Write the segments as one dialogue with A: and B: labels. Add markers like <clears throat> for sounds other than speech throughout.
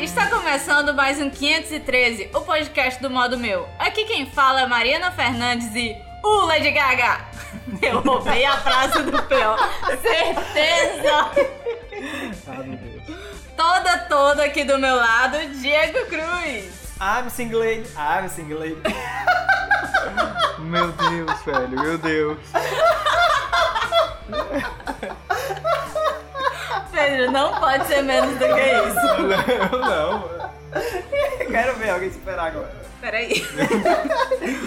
A: Está começando mais um 513, o podcast do modo meu. Aqui quem fala é Mariana Fernandes e. Uh, Lady Gaga! <laughs> Eu roubei a frase do Pio. Certeza!
B: Ah, meu Deus.
A: Toda, toda aqui do meu lado, Diego Cruz.
B: I'm single lady, I'm single
C: <laughs>
B: lady. Meu Deus, velho, meu Deus.
A: Pedro, não pode ser menos do que isso.
B: Eu não. Quero ver alguém superar agora.
A: Peraí.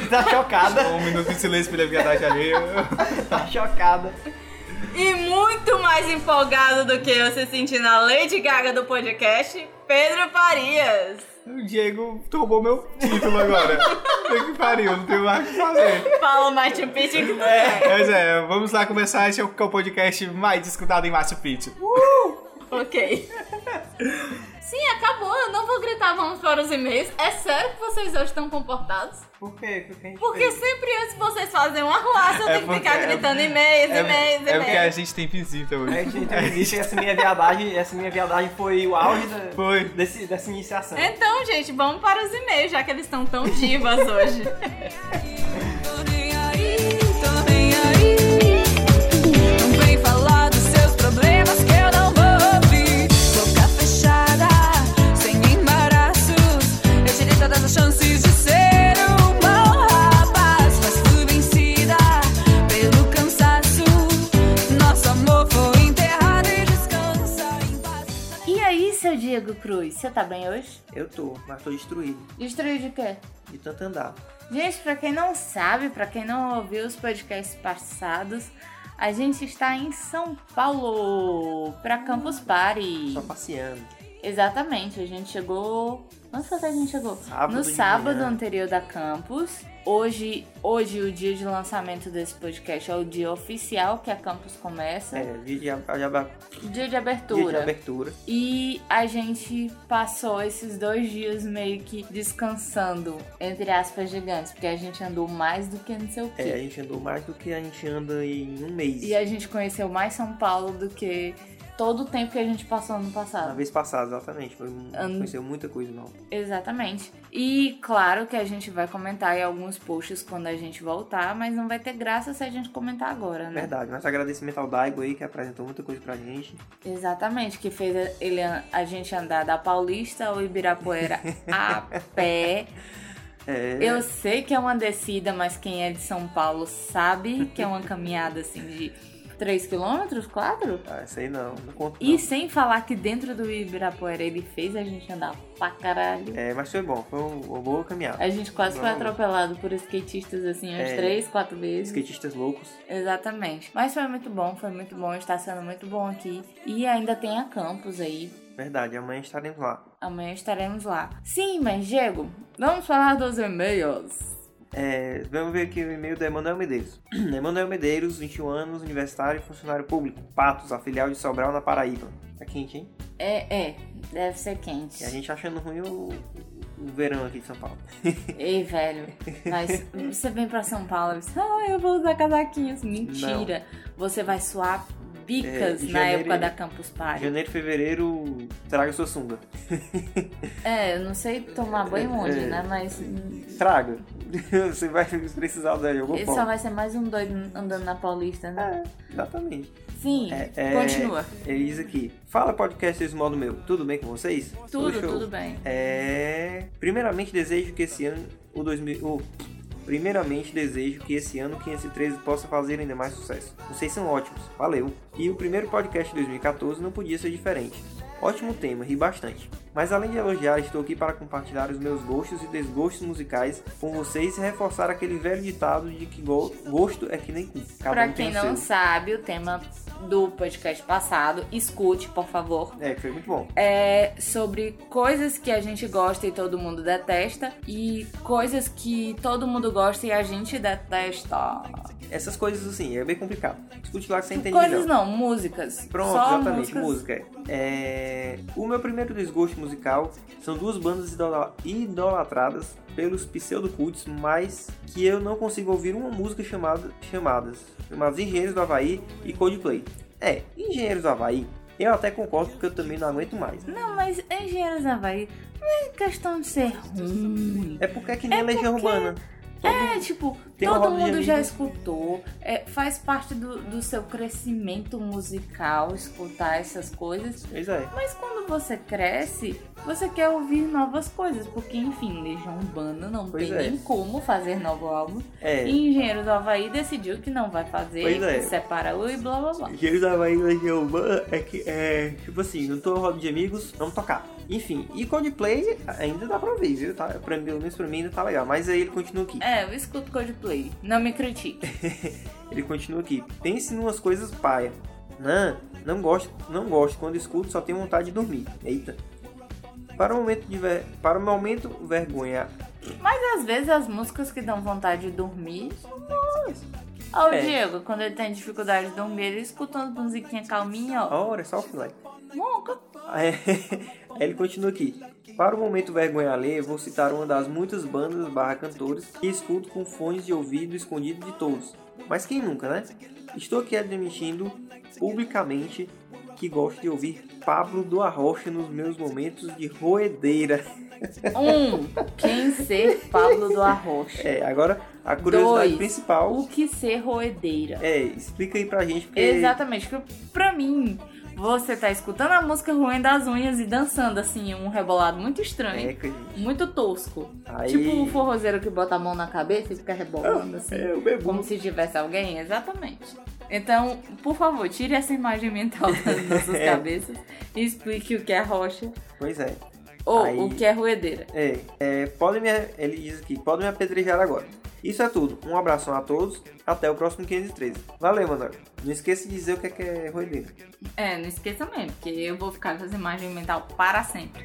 B: Tá chocada,
C: Um minuto de silêncio pra ele ficar atrás ali.
B: <laughs> tá chocada.
A: E muito mais empolgado do que eu se sentindo a Lady Gaga do podcast, Pedro Farias.
B: O Diego roubou
C: Roubou meu título agora. Tem que pariu, não tenho mais o que fazer. É
A: Fala Martin Pitt que tu é.
C: Pois é, vamos lá começar. Esse é o que é o podcast mais escutado em Machu Picchu.
A: Ok. Sim, acabou. Eu não vou gritar vamos para os e-mails. É sério que vocês hoje estão comportados?
B: Por quê? Por que a gente
A: Porque sempre antes vocês fazem uma arruaça, eu
C: É
A: tenho que
C: porque-
A: ficar
C: é-
A: gritando e-mails,
C: É,
A: e-mails,
C: é porque a
A: e-mails.
C: É, gente tem visita
B: fez? A
C: hoje.
B: gente entrevista e essa minha viadagem, essa minha viadagem foi o auge da-
C: Foi.
B: desse- dessa iniciação.
A: Então, gente, vamos para os e-mails, já que eles estão tão divas hoje.
D: Tô nem aí, tô nem aí. Não vem falar dos seus problemas que eu não vou ouvir. Boca fechada, sem embaraços. Eu tirei todas as chances de ser um bom rapaz. Mas fui vencida pelo cansaço. Nosso amor foi enterrado e descansa em paz.
E: E aí, seu Diego Cruz, você tá bem hoje?
B: Eu tô, mas tô destruído
E: Destruiu de quê?
B: de tanto andar.
E: Gente, pra quem não sabe, pra quem não ouviu os podcasts passados, a gente está em São Paulo pra Campus Party.
B: Só passeando.
E: Exatamente, a gente chegou. Quando foi que a gente chegou?
B: Sábado
E: no
B: de
E: sábado
B: manhã.
E: anterior da Campus. Hoje, hoje o dia de lançamento desse podcast é o dia oficial que a Campus começa.
B: É, dia de, ab- de, ab-
E: Dia de
B: dia de
E: abertura.
B: abertura.
E: E a gente passou esses dois dias meio que descansando, entre aspas, gigantes, porque a gente andou mais do que não sei o quê.
B: É, a gente andou mais do que a gente anda em um mês.
E: E a gente conheceu mais São Paulo do que todo o tempo que a gente passou ano
B: Na
E: passado.
B: vez passada, exatamente. Foi,
E: Ano-
B: Conheceu muita coisa nova.
E: Né? Exatamente. E claro que a gente vai comentar em alguns posts quando a gente voltar, mas não vai ter graça se a gente comentar agora, né?
B: Verdade, mas agradecimento ao Daigo aí, que apresentou muita coisa pra gente.
E: Exatamente, que fez ele, a gente andar da Paulista ao
B: <laughs>
E: Ibirapuera a pé.
B: É,
E: Eu sei que é uma descida, mas quem é de São Paulo sabe que é uma caminhada assim de 3 quilômetros, 4?
B: ah, sei não, não conto não.
E: E sem falar que dentro do Ibirapuera ele fez a gente andar pra caralho.
B: É, mas foi bom, foi um- uma boa caminhada.
E: A gente quase foi
B: Não.
E: atropelado por skatistas assim umas
B: É.
E: 3, 4 vezes.
B: Skatistas loucos.
E: Exatamente. Mas foi muito bom, foi muito bom, está sendo muito bom aqui. E ainda tem a campus aí.
B: Verdade, amanhã estaremos lá.
E: Amanhã estaremos lá. Sim, mas Diego, vamos falar dos e-mails.
B: É, vamos ver aqui o e-mail do Emanuel Medeiros. <clears throat> Emanuel Medeiros, 21 anos, universitário e funcionário público. Patos, a filial de Sobral na Paraíba. Tá quente, hein?
E: É, é, deve ser quente.
B: E a gente achando ruim o, o verão aqui de São Paulo.
E: Ei, velho, mas você vem pra São Paulo e diz, ah, eu vou usar casaquinhos. Mentira. Você vai suar bicas
B: É,
E: na
B: janeiro-
E: época da Campus Party.
B: Janeiro e fevereiro, traga sua sunga.
E: É, eu não sei tomar banho onde,
B: É.
E: né? Mas
B: Traga. <laughs> Você vai precisar usar de algum
E: ele só
B: ponto.
E: vai ser mais um doido andando na Paulista, né?
B: É, exatamente.
E: Sim,
B: É, é,
E: continua.
B: Ele diz aqui: Fala podcasters modo meu, tudo bem com vocês?
E: Tudo,
B: show.
E: tudo bem.
B: É. Primeiramente desejo que esse ano. O 2000. o- Primeiramente desejo que esse ano 513 possa fazer ainda mais sucesso. Vocês são ótimos, valeu! E o primeiro podcast de 2014 não podia ser diferente. Ótimo tema, ri bastante. Mas além de elogiar, estou aqui para compartilhar os meus gostos e desgostos musicais com vocês e reforçar aquele velho ditado de que go- gosto é que nem cu. Cada
E: Pra
B: um
E: quem
B: tem o
E: não
B: seu.
E: sabe, o tema do podcast passado, escute, por favor.
B: É, que foi muito bom.
E: é sobre coisas que a gente gosta e todo mundo detesta e coisas que todo mundo gosta e a gente detesta.
B: Essas coisas assim, é bem complicado. Discute lá que você entende
E: coisas não,
B: melhor.
E: músicas.
B: Pronto,
E: Só
B: exatamente,
E: músicas.
B: música. É, O meu primeiro desgosto musical são duas bandas idola- idolatradas pelos pseudocults, mas que eu não consigo ouvir uma música chamada chamadas, chamadas Engenheiros do Havaí e Coldplay. É, Engenheiros do Havaí Eu até concordo porque eu também não aguento mais.
E: Não, mas engenheiros da Havaí não é questão de ser ruim.
B: É porque é que nem
E: É
B: a Legião
E: porque-
B: Urbana.
E: É, tipo,
B: Tem uma né?
E: todo
B: roda de
E: mundo já
B: amigo.
E: escutou, é, faz parte do, do seu crescimento musical escutar essas coisas.
B: Pois é.
E: Mas quando você cresce, você quer ouvir novas coisas, porque enfim, Legião Urbana não
B: Pois
E: tem
B: é.
E: nem como fazer novo álbum.
B: É.
E: E Engenheiro do Havaí decidiu que não vai fazer,
B: Pois é.
E: que separou e blá blá blá.
B: Engenheiros da Bahia e Legião Urbana é que é. Tipo assim, não tô roda de amigos, vamos tocar. Enfim, e Coldplay ainda dá pra ouvir, viu? Tá, pra, mim- pelo menos pra mim ainda tá legal. Mas aí ele continua aqui.
E: É, eu escuto Coldplay, não me critique.
B: Ele continua aqui. Pense em umas coisas paia. Não, não gosto, não gosto. Quando escuto, só tenho vontade de dormir. Eita. Para o momento de ver... para o momento vergonha.
E: Mas às vezes as músicas que dão vontade de dormir são boas. Ó, o
B: É.
E: Diego, quando ele tem dificuldade de dormir, ele escuta umas musiquinhas calminhas, ó.
B: Ora, é só o filé.
E: Nunca.
B: Aí É, <laughs> ele continua aqui. Para o momento vergonha alheia, vou citar uma das muitas bandas barra cantores que escuto com fones de ouvido escondido de todos. Mas quem nunca, né? Estou aqui admitindo publicamente que gosto de ouvir Pablo do Arrocha nos meus momentos de roedeira. <laughs>
E: Um, quem ser Pablo do Arrocha?
B: É, agora a curiosidade
E: Dois.
B: principal
E: O que ser roedeira?
B: é, explica aí pra gente, porque
E: Exatamente, porque pra mim, você tá escutando a música ruim das unhas e dançando, assim, um rebolado muito estranho,
B: é, que-
E: muito tosco.
B: aí
E: Tipo o forrozeiro que bota a mão na cabeça e fica rebolando, assim,
B: é o bebum.
E: como se tivesse alguém, exatamente. Então, por favor, tire essa imagem mental <laughs> das nossas
B: É.
E: cabeças e explique o que é rocha
B: Pois é.
E: ou
B: Aí-
E: o que é roedeira.
B: É, é, podem me, ele diz aqui, podem me apedrejar agora. Isso é tudo. Um abração a todos. Até o próximo 513. Valeu, Manoel. Não esqueça de dizer o que é, que é roideira.
E: É, não esqueça mesmo, porque eu vou ficar com essa imagem mental para
B: <laughs>
E: sempre.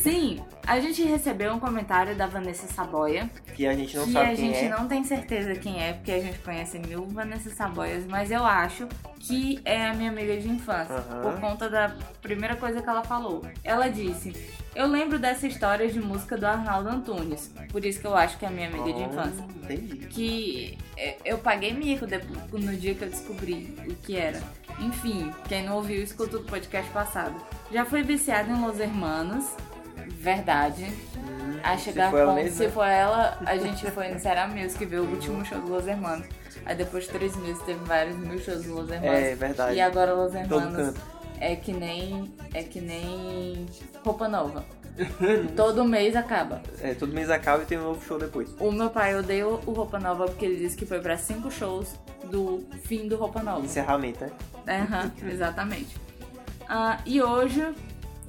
E: Sim, a gente recebeu um comentário da Vanessa Saboia,
B: Que a gente não
E: que
B: sabe
E: a
B: quem
E: gente
B: é.
E: não tem certeza quem é, porque a gente conhece mil Vanessa Saboias, mas eu acho que é a minha amiga de infância,
B: Aham.
E: por conta da primeira coisa que ela falou. Ela disse: Eu lembro dessa história de música do Arnaldo Antunes, por isso que eu acho que é a minha amiga de
B: Ah,
E: infância.
B: Entendi.
E: Que é, eu paguei mico depo- no dia que eu descobri o que era. Enfim, quem não ouviu, escuta o podcast passado. Já fui viciada em Los Hermanos, verdade.
B: Hum,
E: A
B: se
E: chegar
B: for ela
E: com,
B: mesma,
E: se for ela, a gente foi no Ceará Music que viu o último show do Los Hermanos. Aí depois de três meses teve vários mil shows do Los
B: É
E: Hermanos.
B: verdade.
E: e agora Los
B: Em todo
E: Hermanos
B: canto.
E: é que nem é que nem roupa
B: <laughs>
E: nova. Todo mês acaba.
B: É, todo mês acaba e tem um novo show depois.
E: O meu pai odeia o Roupa Nova porque ele disse que foi pra cinco shows do fim do Roupa Nova.
B: Encerramento, né?
E: Aham, <laughs> exatamente. Ah, e hoje.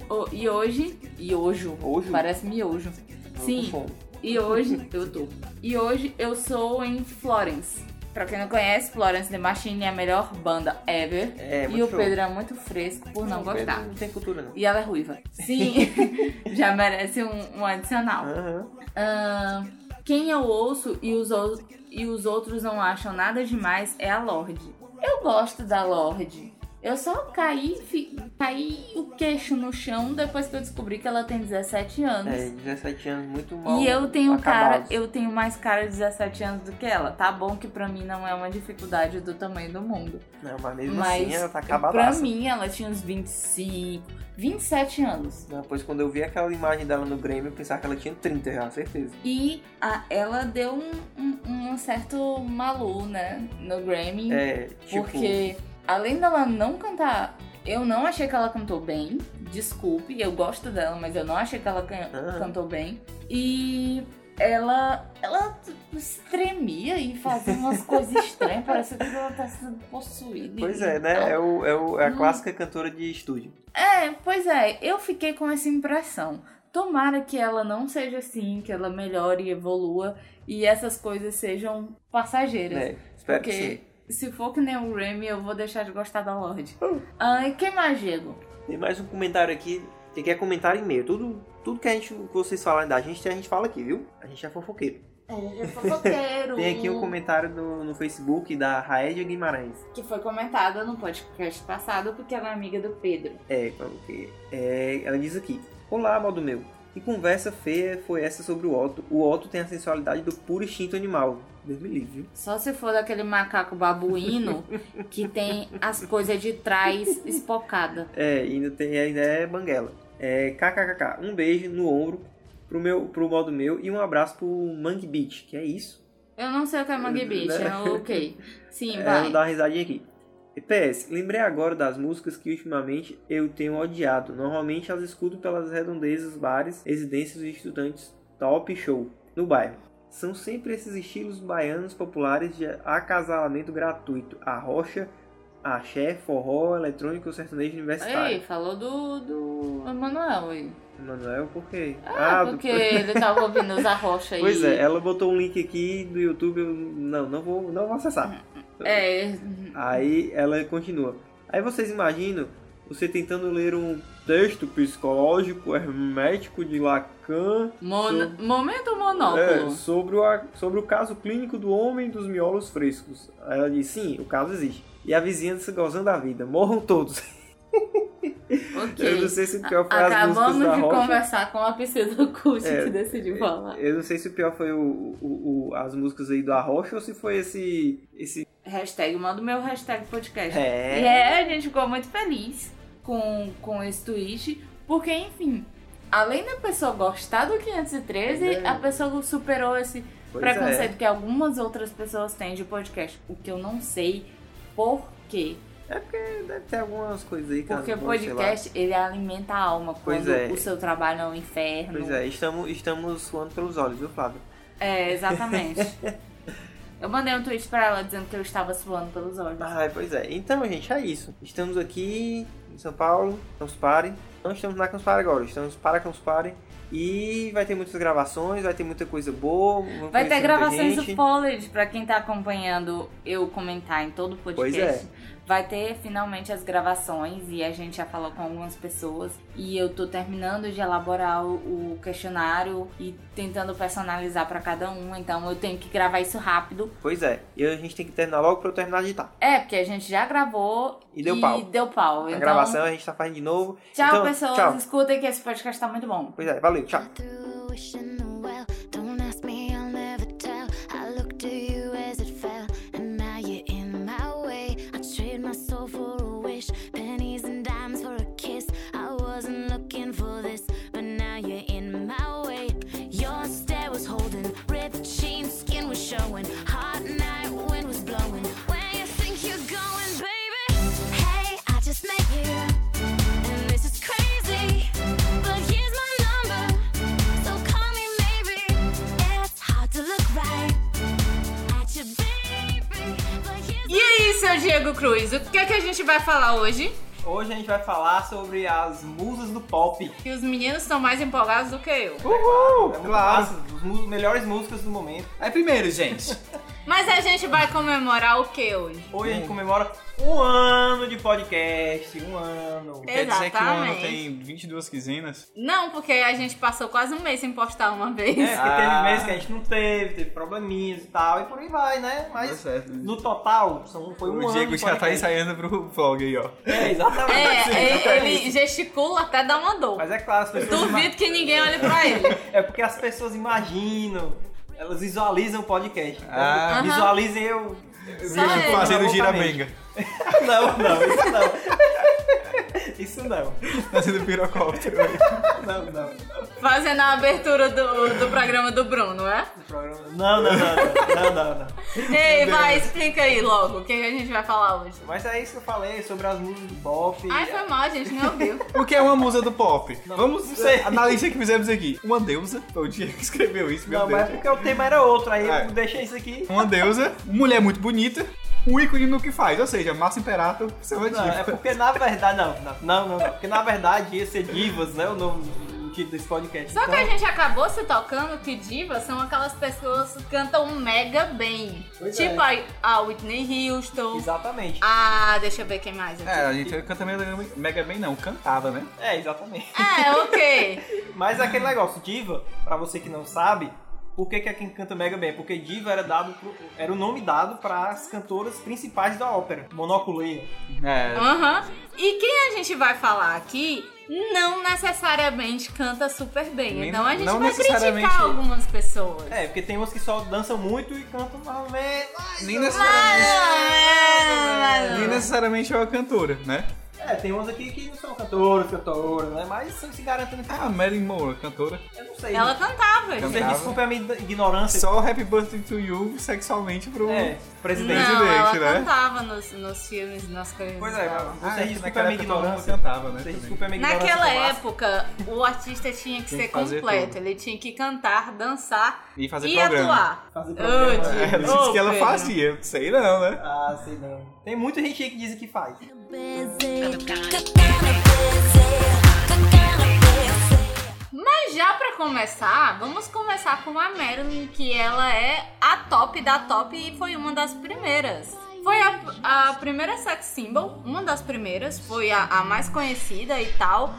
E: o- e hoje. E hoje.
B: Hoje?
E: Parece miojo.
B: Tô
E: Sim.
B: com fome.
E: E hoje <laughs> eu tô. E hoje eu sou em Florence. Pra quem não conhece, Florence The Machine é a melhor banda ever.
B: É,
E: e
B: muito
E: o
B: show.
E: Pedro é muito fresco por não
B: O Pedro
E: gostar.
B: Não tem cultura, não.
E: E ela é ruiva. Sim, <laughs> já merece um, um adicional.
B: Aham.
E: Ahn, Ah, quem eu ouço e os, ou- e os outros não acham nada demais é a Lorde. Eu gosto da Lorde. Eu só caí, fi- caí o queixo no chão depois que eu descobri que ela tem 17 anos.
B: É, 17 anos muito mal.
E: Então, E eu tenho um cara,
B: acabados.
E: eu tenho mais cara de 17 anos do que ela. Tá bom que pra mim não é uma dificuldade do tamanho do mundo.
B: Não, mas mesmo
E: mas
B: assim ela tá
E: pra
B: acabadaça.
E: mim ela tinha uns 25, 27 anos.
B: Não, Pois quando eu vi aquela imagem dela no Grêmio, eu pensava que ela tinha 30 já, certeza.
E: E a- ela deu um, um- um certo malu, né, no Grammy,
B: É, tipo,
E: porque além dela não cantar, eu não achei que ela cantou bem. Desculpe, eu gosto dela, mas eu não achei que ela can-
B: Ah.
E: cantou bem. E ela ela tremia e fazia umas coisas estranhas, parecia que ela tá sendo possuída.
B: pois
E: e
B: é,
E: tal.
B: né? É, o, é, o, é a
E: Então, Hum.
B: clássica cantora de estúdio.
E: É, pois é, eu fiquei com essa impressão. Tomara que ela não seja assim, que ela melhore e evolua e essas coisas sejam passageiras.
B: Né? Espero que
E: Porque
B: sim. Uh.
E: se for que nem o Grammy, eu vou deixar de gostar da Lorde. Ah, e quem mais, Diego?
B: Tem mais um comentário aqui. Tem que é comentário e meio. Tudo, tudo que, a gente, que vocês falarem da gente, a gente fala aqui, viu? A gente é fofoqueiro.
E: É, fofoqueiro.
B: Tem aqui um comentário do- no Facebook da Raedia Guimarães.
E: Que foi comentada no podcast passado porque ela é amiga do Pedro.
B: É, porque, é, ela diz aqui. Olá, modo meu. Que conversa feia foi essa sobre o Otto? O Otto tem a sensualidade do puro instinto animal. Deus me livre, viu?
E: Só se for daquele macaco babuíno que tem as coisas de trás espocada.
B: É, ainda tem, ainda é banguela. É, kkkk. Um beijo no ombro pro, meu, pro modo meu e um abraço pro Mangue Beach, que é isso.
E: Eu não sei o que é mangue beach, é ok. Sim,
B: Né? É,
E: vai.
B: vou dar uma risadinha aqui. E PS, lembrei agora das músicas que ultimamente eu tenho odiado. Normalmente as escuto pelas redondezas, bares, residências e estudantes top show no bairro. São sempre esses estilos baianos populares de acasalamento gratuito. A rocha, axé, forró, eletrônico, sertanejo universitário.
E: Ei, falou do, do Emanuel aí.
B: Manuel, por quê?
E: Ah,
B: do-
E: porque ele tava ouvindo os arrocha aí.
B: Pois é, ela botou um link aqui do YouTube, eu não, não vou, não vou acessar.
E: É,
B: Aí ela continua. Aí vocês imaginam você tentando ler um texto psicológico hermético de Lacan
E: mon- momento
B: é,
E: monóculo.
B: sobre, o, a- sobre o caso clínico do homem dos miolos frescos. Aí ela diz, sim, o caso existe. E a vizinhança gozando a vida. Morram
E: <laughs>
B: todos. Eu não
E: ok.
B: sei se o pior foi as músicas
E: Acabamos
B: da
E: de
B: Rocha.
E: conversar com a <laughs> pseudocult
B: É,
E: que decidiu falar.
B: Eu não sei se o pior foi o- o- o- as músicas aí do Arrocha ou se foi esse. esse...
E: Hashtag, manda o meu hashtag podcast.
B: É.
E: E é, a gente ficou muito feliz com, com esse tweet, porque, enfim, além da pessoa gostar do 513,
B: É.
E: a pessoa superou esse
B: Pois é.
E: preconceito que algumas outras pessoas têm de podcast, o que eu não sei por quê.
B: É porque deve ter algumas coisas aí que
E: Porque o
B: elas vão, sei lá.
E: podcast, ele alimenta a alma
B: Pois
E: quando
B: é.
E: o seu trabalho é um inferno.
B: Pois é, estamos, estamos suando pelos olhos, viu, Flávio?
E: É,
B: <laughs>
E: exatamente. eu mandei um tweet pra ela dizendo que eu estava suando pelos olhos.
B: Ai, pois é. Então, gente, é isso. Estamos aqui em São Paulo, Campus Party. Não estamos na Campus Party agora, estamos para Campus Party. E vai ter muitas gravações, vai ter muita coisa boa. vamos
E: Vai ter
B: conhecer muita
E: gravações
B: gente.
E: do Followed, pra quem tá acompanhando eu comentar em todo o podcast.
B: Pois é.
E: Vai ter finalmente as gravações e a gente já falou com algumas pessoas. E eu tô terminando de elaborar o, o questionário e tentando personalizar pra cada um. Então eu tenho que gravar isso rápido.
B: Pois é. E a gente tem que terminar logo pra eu terminar de editar.
E: É, porque a gente já gravou
B: E deu pau.
E: deu pau.
B: A
E: Então,
B: gravação a gente tá fazendo de novo.
E: Tchau,
B: Então,
E: pessoas.
B: tchau.
E: Escutem que esse podcast tá muito bom.
B: Pois é, valeu, tchau.
F: through wishing the well. Don't ask me, I'll never tell. I looked to you as it fell, and now you're in my way. I trade my soul for a wish, pennies and dimes for a kiss. I wasn't looking for this, but now you're in my way. Your stare was holding, ripped jeans, skin was showing. Hot night wind was blowing. Where you think you're going, baby? Hey, I just met you. And this is crazy, but here's my number, so call me maybe. It's hard to look right at your baby, but here's
G: E
E: é
G: aí, seu Diego Cruz, o que é que a gente vai falar hoje?
B: Hoje a gente vai falar sobre as musas do pop.
G: Que os meninos estão mais empolgados do que eu.
B: É
C: Uhul!
B: muito
C: claro.
B: massa, as mu- melhores músicas do momento.
C: Aí primeiro, gente,
G: Mas a gente vai comemorar o que hoje?
B: Hoje
C: Hum.
B: a gente comemora um ano de podcast, um ano.
C: quer dizer que o ano
G: Exatamente.
C: tem 22 quinzenas?
G: Não, porque a gente passou quase um mês sem postar uma vez.
B: É, porque
C: Ah.
B: teve meses que a gente não teve, teve probleminhas e tal, e por aí vai, né?
C: Tá
B: Mas
C: certo.
B: no total, são, foi um ano.
C: o Diego
B: de
C: já tá
B: podcast.
C: ensaiando pro vlog aí, ó.
B: É, exatamente.
G: É,
B: Sim,
G: ele,
B: exatamente.
G: ele gesticula até dar uma dor.
B: Mas é claro, as pessoas.
G: Duvido que ninguém olhe pra ele.
B: ima- É porque as pessoas imaginam, elas visualizam o podcast. Então,
C: Ah.
G: Aham.
B: Visualizem eu. eu
G: Só
B: me
G: ele.
B: fazendo
C: Fazendo
B: loucamente.
C: girabenga.
B: Não, não, isso não. Isso não.
C: Fazendo Tá pirocóptero.
B: Não, não.
G: Fazendo a abertura do, do programa do Bruno, não é?
B: O programa- Não, não, não, não, não, não.
G: Ei, vai, explica aí logo o que a gente vai falar hoje.
B: Mas é isso que eu falei sobre as músicas do pop.
G: Ai, foi mal, a gente não ouviu.
C: O que é uma musa do pop? Vamos
B: não sei.
C: eh, analisar o que fizemos aqui. Uma deusa. Foi o Diego que escreveu isso, meu
B: Não,
C: Deus.
B: mas porque o tema era outro, aí
C: É.
B: eu deixei isso aqui.
C: Uma deusa, mulher muito bonita, um ícone no que faz. Ou seja, massa imperato,
B: Não,
C: selvativa.
B: é porque na verdade. Não, não, não, não, não. Porque na verdade ia ser Divas, né? O novo o título desse podcast.
G: Só que é a
B: Então,
G: gente acabou se tocando que divas são aquelas pessoas que cantam mega bem.
B: Pois
C: é.
G: tipo a, a Whitney Houston.
B: Exatamente.
G: Ah, deixa eu ver quem mais. aqui.
C: É, a gente canta Mega Man- Mega Man não, cantava, né?
B: É, exatamente.
G: É, ok.
B: Mas é aquele negócio, diva, pra você que não sabe,
H: Por que, que a quem canta mega bem? Porque diva era, dado pro- era o nome dado para as cantoras principais da ópera. Monoculeia.
C: É.
E: Aham. E quem a gente vai falar aqui não necessariamente canta super bem.
C: Nem-
E: então a gente
C: não
E: vai
C: necessariamente-
E: criticar algumas pessoas.
H: É, porque tem umas que só dançam muito e cantam mal mesmo. Ai,
C: Nem
H: só-
C: necessariamente,
E: Ah,
C: nem necessariamente é uma cantora, né?
H: É, tem umas aqui que não são cantoras, cantoras, né? Mas são se garantem.
C: Ah, Marilyn Monroe, cantora.
H: Eu não
G: É
H: sei.
E: Ela cantava,
H: Você
E: gente.
C: cantava.
H: desculpe a minha ignorância.
C: Só Happy Birthday to You sexualmente pro.
H: É, presidente.
E: Não, ela
C: né?
E: cantava nos, nos filmes, nas coisas.
H: Pois é,
E: dela.
C: Ah,
H: você
C: é que
H: desculpa a
C: naquela
H: minha
C: época todo mundo
H: ignorância.
C: cantava, né,
H: Você
C: também.
H: desculpa a minha ignorância. um
E: Naquela
H: do Vasco.
E: época, o artista tinha que
C: Tem
E: ser
C: que fazer
E: completo.
C: tudo.
E: Ele tinha que cantar, dançar
C: E fazer
E: e
C: programa.
E: atuar.
H: Fazer
E: Ô,
H: programa,
E: Diego,
H: é.
C: Ela
E: ô,
C: disse que ela
E: Pedro.
C: fazia, eu não sei não, né?
H: Ah, sei não. Tem muita gente aí que diz que faz.
E: Mas já pra começar, vamos começar com a Marilyn, que ela é a top da top e foi uma das primeiras. Foi a, a primeira sex symbol, uma das primeiras, foi a, a mais conhecida e tal.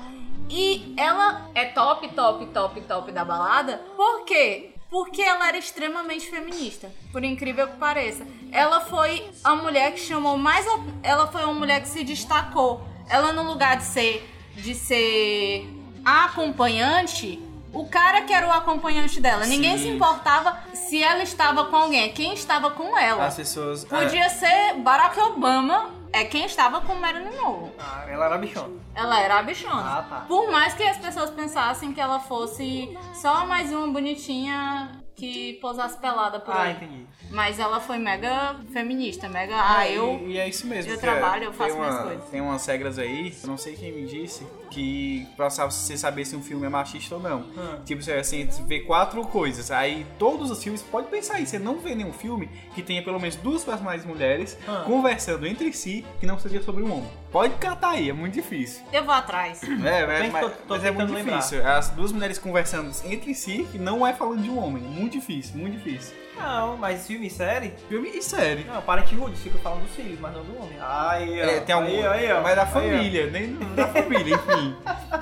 E: E ela é top, top, top, top da balada. Por quê? Porque ela era extremamente feminista, por incrível que pareça. Ela foi a mulher que chamou mais. a- Ela foi uma mulher que se destacou. Ela, no lugar de ser, de ser a acompanhante, o cara que era o acompanhante dela. Ninguém se importava se ela estava com alguém, é quem estava com ela.
C: As pessoas.
H: é.
C: é.
E: Podia ser Barack Obama, é quem estava com Marilyn Monroe.
H: Ah, ela era bichona.
E: Ela era a bichona.
H: Ah, tá.
E: Por mais que as pessoas pensassem que ela fosse só mais uma bonitinha que pousasse pelada por
H: Ah,
E: aí.
H: entendi.
E: Mas ela foi mega feminista, mega.
C: É,
E: Ah, eu.
C: E, e é isso mesmo.
E: eu
C: que
E: trabalho,
C: é,
E: eu faço
C: tem
E: minhas
C: uma-
E: coisas.
C: Tem umas regras aí, eu não sei quem me disse, que pra sa- você saber se um filme é machista ou não.
H: Hum.
C: Tipo, você, assim, você vê quatro coisas. Aí todos os filmes, pode pensar aí, você não vê nenhum filme que tenha pelo menos duas personagens mulheres
H: Ah.
C: conversando entre si que não seja sobre um homem. Pode catar aí, é muito difícil.
E: Eu vou atrás.
C: É, é
H: Hum, Bem que
C: mas,
H: tô- tô
C: mas é
H: tentando
C: muito
H: lembrar.
C: difícil. As duas mulheres conversando entre si que não é falando de um homem. Muito difícil, muito difícil.
H: Não, mas filme e série?
C: Filme e série.
H: Não, Parenthood, fica falando dos filhos, mas não do homem. Aí, ó.
C: É, tem algum,
H: Aí, aí, ó.
C: mas da
H: Aí, ó.
C: família, nem da
H: <laughs>
C: família, enfim.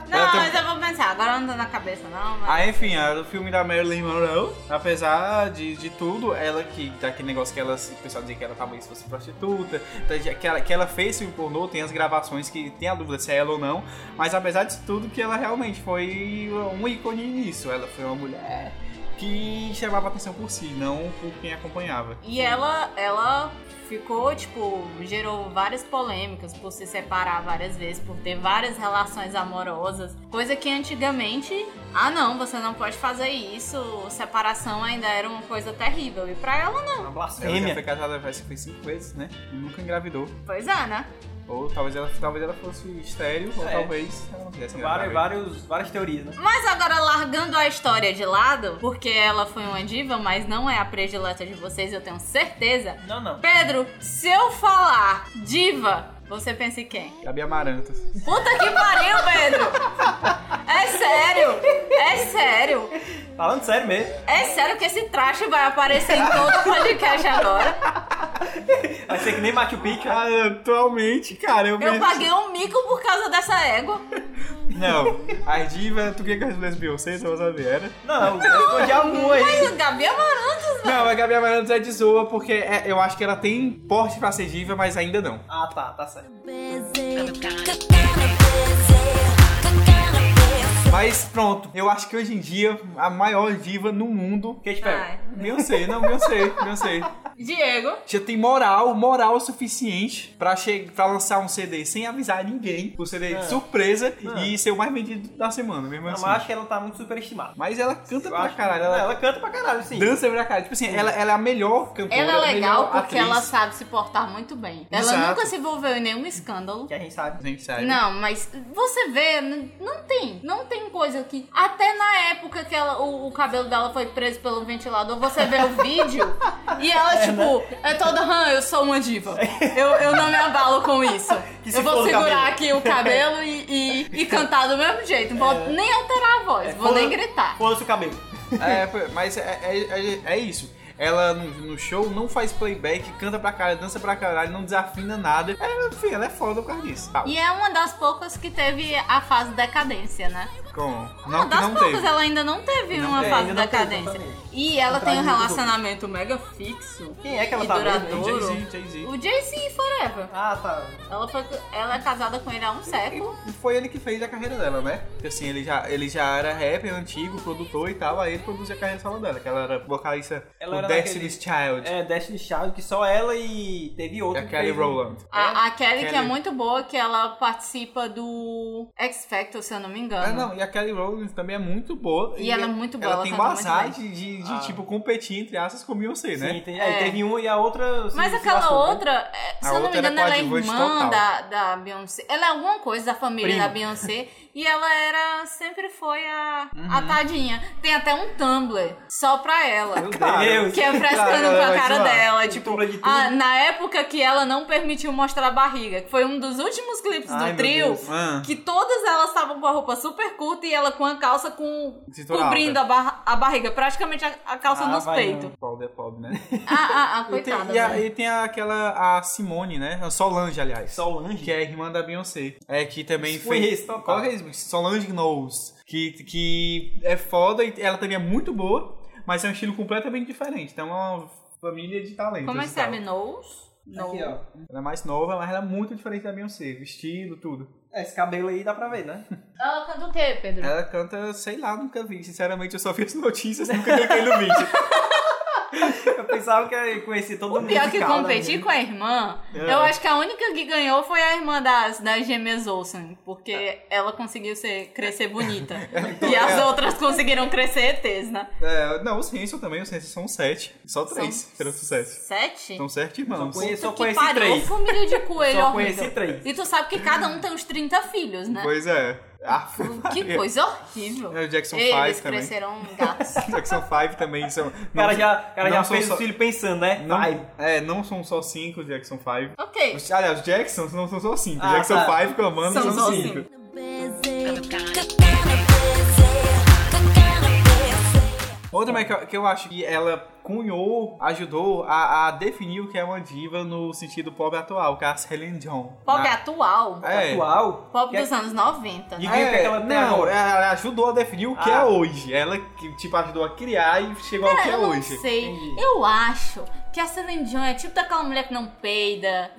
E: Não, mas eu vou pensar, agora não tá na cabeça, não. Mas...
C: Aí, Ah, enfim, a do filme da Marilyn Monroe, apesar de, de tudo, ela que daquele negócio que ela, se- o pessoal dizia que ela talvez fosse prostituta, tá, de- que ela, que ela fez filme pornô, tem as gravações que tem a dúvida se é ela ou não, mas apesar disso tudo, que ela realmente foi um ícone nisso. Ela foi uma mulher que chamava atenção por si, não por quem acompanhava.
E: E ela, ela ficou, tipo, gerou várias polêmicas por se separar várias vezes, por ter várias relações amorosas. Coisa que antigamente, ah não, você não pode fazer isso, separação ainda era uma coisa terrível. E pra
H: Uma
E: ela, não.
C: Ela já foi
H: blasfêmia.
C: casada parece que foi cinco vezes, né? E nunca engravidou.
E: Pois é, né?
C: Ou talvez ela, talvez ela fosse estéreo, ou
H: É.
C: talvez ela não tivesse
H: Vários,
C: engravidado.
H: vários, várias teorias, né?
E: Mas agora, largando a história de lado, porque ela foi uma diva, mas não é a predileta de vocês, eu tenho certeza.
H: Não, não.
E: Pedro, se eu falar diva, você pensa em quem?
C: Gabi Amarantos.
E: Puta que pariu, Pedro! É sério! É sério!
H: Falando sério mesmo.
E: É sério que esse traste vai aparecer em todo o podcast agora.
H: Vai ser que nem Machu <laughs> Picchu. né?
C: Cara, atualmente, cara, eu,
E: Eu
C: vejo-
E: paguei um mico por causa dessa égua.
C: Não, as divas, tu quer que eu respondesse Beyoncé, tu vai saber, era?
H: Não, esconde algum aí.
E: Mas o Gabi é Amarantos,
C: Não, a Gabi Amarantos é de zoa, porque é- eu acho que ela tem porte pra ser diva, mas ainda não.
H: Ah, tá, tá certo.
C: Mas pronto, eu acho que hoje em dia, a maior diva no mundo...
H: Kate
E: Ai.
H: Perry.
C: Beyoncé, não, Beyoncé, Beyoncé.
E: Diego,
C: Já tem moral, moral suficiente pra, che- pra lançar um CD sem avisar ninguém. Um CD de surpresa
H: Não.
C: e ser o mais vendido da semana, mesmo
H: É. Não,
C: assim.
H: mas acho que ela tá muito superestimada.
C: Mas ela canta
H: Eu
C: pra
H: acho que- é,
C: caralho,
H: Não,
C: ela
H: ela canta pra caralho, sim.
C: dança pra caralho. Tipo assim, ela, ela é a melhor cantora.
E: ela é
C: a
E: legal
C: melhor
E: porque
C: atriz.
E: ela sabe se portar muito bem. Ela
C: Exato.
E: nunca se envolveu em nenhum escândalo.
H: Que a gente sabe.
C: Gente, sério.
E: Não, mas você vê, n- não tem, não tem coisa que. Até na época que ela, o, o cabelo dela foi preso pelo ventilador, você vê o
H: <laughs>
E: vídeo e ela, tipo,
H: né?
E: é toda, hã, eu sou
H: <laughs>
E: uma diva. Eu, eu não me abalo com isso.
H: Que se
E: Eu vou
H: for o
E: segurar
H: cabelo."
E: aqui o cabelo e,
H: <laughs>
E: e, e cantar do mesmo jeito. Não vou nem alterar a voz,
H: É,
E: vou nem
H: foda-
E: gritar.
H: Foda-se o cabelo.
C: É, pô, mas é, é, é- é isso. Ela no, no show não faz playback, canta pra caralho, dança pra caralho, não desafina nada. É, enfim, ela é foda por causa disso. Pau.
E: E é uma das poucas que teve a fase decadência, né?
C: Com.
E: Não,
C: Ah, Não, que
E: das
C: não
E: poucas
C: teve.
E: ela ainda não teve
C: Não
E: uma
C: teve,
E: fase
H: ainda não teve,
E: decadência.
H: exatamente.
E: E
H: Não
E: ela tem um
H: traz muito.
E: relacionamento mega fixo.
H: Quem é que ela
E: e
H: tá
E: duradouro.
H: mesmo?
C: Jay-Z, Jay-Z.
E: O Jay-Z Forever.
H: Ah, tá.
E: Ela, foi, ela é casada com ele há um século.
C: E foi ele que fez a carreira dela, né? Porque assim, ele já, ele já era rapper antigo, produtor e tal, aí ele produziu a carreira solo dela, que ela era vocalista
H: Ela
C: do
H: era
C: Destiny's Child,
H: É, Destiny Child, que só ela e teve
C: da
H: outro. que
C: Kelly
H: fez um-
C: Rowland.
E: A, a Kelly, que é
C: Kelly.
E: muito boa, que ela participa do X Factor, se eu não me engano.
C: Ah, não, e a Kelly Rowland também é muito boa.
E: E ela é muito boa,
C: Ela
E: ela
C: tem
E: canta
C: o
E: muito
C: azar
E: bem.
C: de, de, de,
H: Ah.
C: tipo, competir entre asas com Beyoncé,
H: Sim,
C: né?
H: tem,
E: É.
H: é, teve um e a outra. se-
E: Mas
H: se
E: aquela
H: lascou, né?
E: outra, é, se
C: A
E: eu não me
C: outra era
E: engano, ela é
C: coadjuvante
E: irmã
C: total.
E: da, da Beyoncé. Ela é alguma coisa da família
H: Prima.
E: da Beyoncé. e ela era, sempre foi a,
C: Uhum.
E: a tadinha. Tem até um Tumblr só pra ela.
C: Meu
H: Cara,
C: Deus!
E: Que é frescando
C: Cara,
E: com a
C: vai
E: cara
C: zoar.
E: dela.
H: Tu
E: Tipo,
H: lembra de tudo?
E: ah, na época que ela não permitiu mostrar a barriga, que foi um dos últimos clipes
H: Ai,
E: do
H: meu
E: trio,
H: Deus.
C: Ah.
E: que todas elas estavam com a roupa super curta e ela com a calça com
C: Cintura
E: cobrindo a, barra- a barriga, praticamente a, a calça
H: Ah,
E: nos
H: vai,
E: peitos.
H: não.
C: Pobre é pobre, né?
E: Ah, ah, ah,
C: E tem,
E: <laughs> coitada.
C: e, a-
E: velho.
C: e tem aquela a Simone, né? A Solange, aliás.
H: Solange.
C: Que é a irmã da Beyoncé. É, que também
H: Foi
C: fez.
H: esse, total.
C: Qual que é esse? Solange Knowles. Que, que é foda e ela também é muito boa, mas é um estilo completamente diferente. Então é uma família de talentos.
E: Como é que
C: e tal.
E: sabe? Nose?
H: Aqui, ó.
C: Ela é mais nova, mas ela é muito diferente da Beyoncé. Vestido, tudo.
H: É, esse cabelo aí dá pra ver, né?
E: Ela canta o quê, Pedro?
C: Ela canta, sei lá, nunca vi. Sinceramente, eu só vi as notícias, nunca cliquei no
E: <laughs>
C: vídeo.
H: Eu pensava que eu conhecia todo
E: O
H: mundo. né?
E: pior que competir com a irmã,
C: né? É.
E: eu acho que a única que ganhou foi a irmã das, das gêmeas Olsen, porque
C: É.
E: ela conseguiu ser, crescer
C: <laughs>
E: bonita.
C: então
E: e as outras conseguiram crescer ETs, né?
C: É, não, os Hanson também, os Hanson são sete. Só três
E: São-
C: serão sucesso.
E: Sete?
C: São sete irmãos.
H: conheço- só
E: que
H: conheci
E: pariu,
H: três.
E: família
C: <laughs>
E: de coelho
H: Só
E: horrível.
H: conheci três.
E: E tu sabe que cada um tem uns 30 filhos, né?
C: Pois é. Ah,
E: Que coisa horrível.
C: <laughs> É, o Jackson
E: Eles
C: Five também.
E: cresceram gatos.
C: <laughs> Jackson 5 também são.
H: O cara já, o cara
C: não
H: já
C: são
H: fez
C: só-
H: o filho pensando, né?
C: Não,
H: Vai.
C: é, não são só 5 Jackson 5.
E: ok.
C: Aliás, os Jacksons não são só 5.
H: Ah,
C: Jackson
H: tá.
C: 5 com Amanda
E: São
C: são,
E: só
C: 5. Outra mas que eu- que eu acho que ela cunhou, ajudou a, a definir o que é uma diva no sentido pop atual, que é a Celine Dion.
E: Pop
C: Na-
E: atual.
C: É.
H: Atual.
E: Pop
H: Que é-
E: dos anos 90. né?
H: E o que ela tem
C: não,
H: agora?
C: ela ajudou a definir o que
H: Ah.
C: é hoje. Ela que, tipo, ajudou a criar e chegou ao que é
E: eu não
C: hoje.
E: sei.
H: Entendi.
E: Eu acho que a Celine Dion é tipo daquela mulher que não
C: <laughs>
E: peida,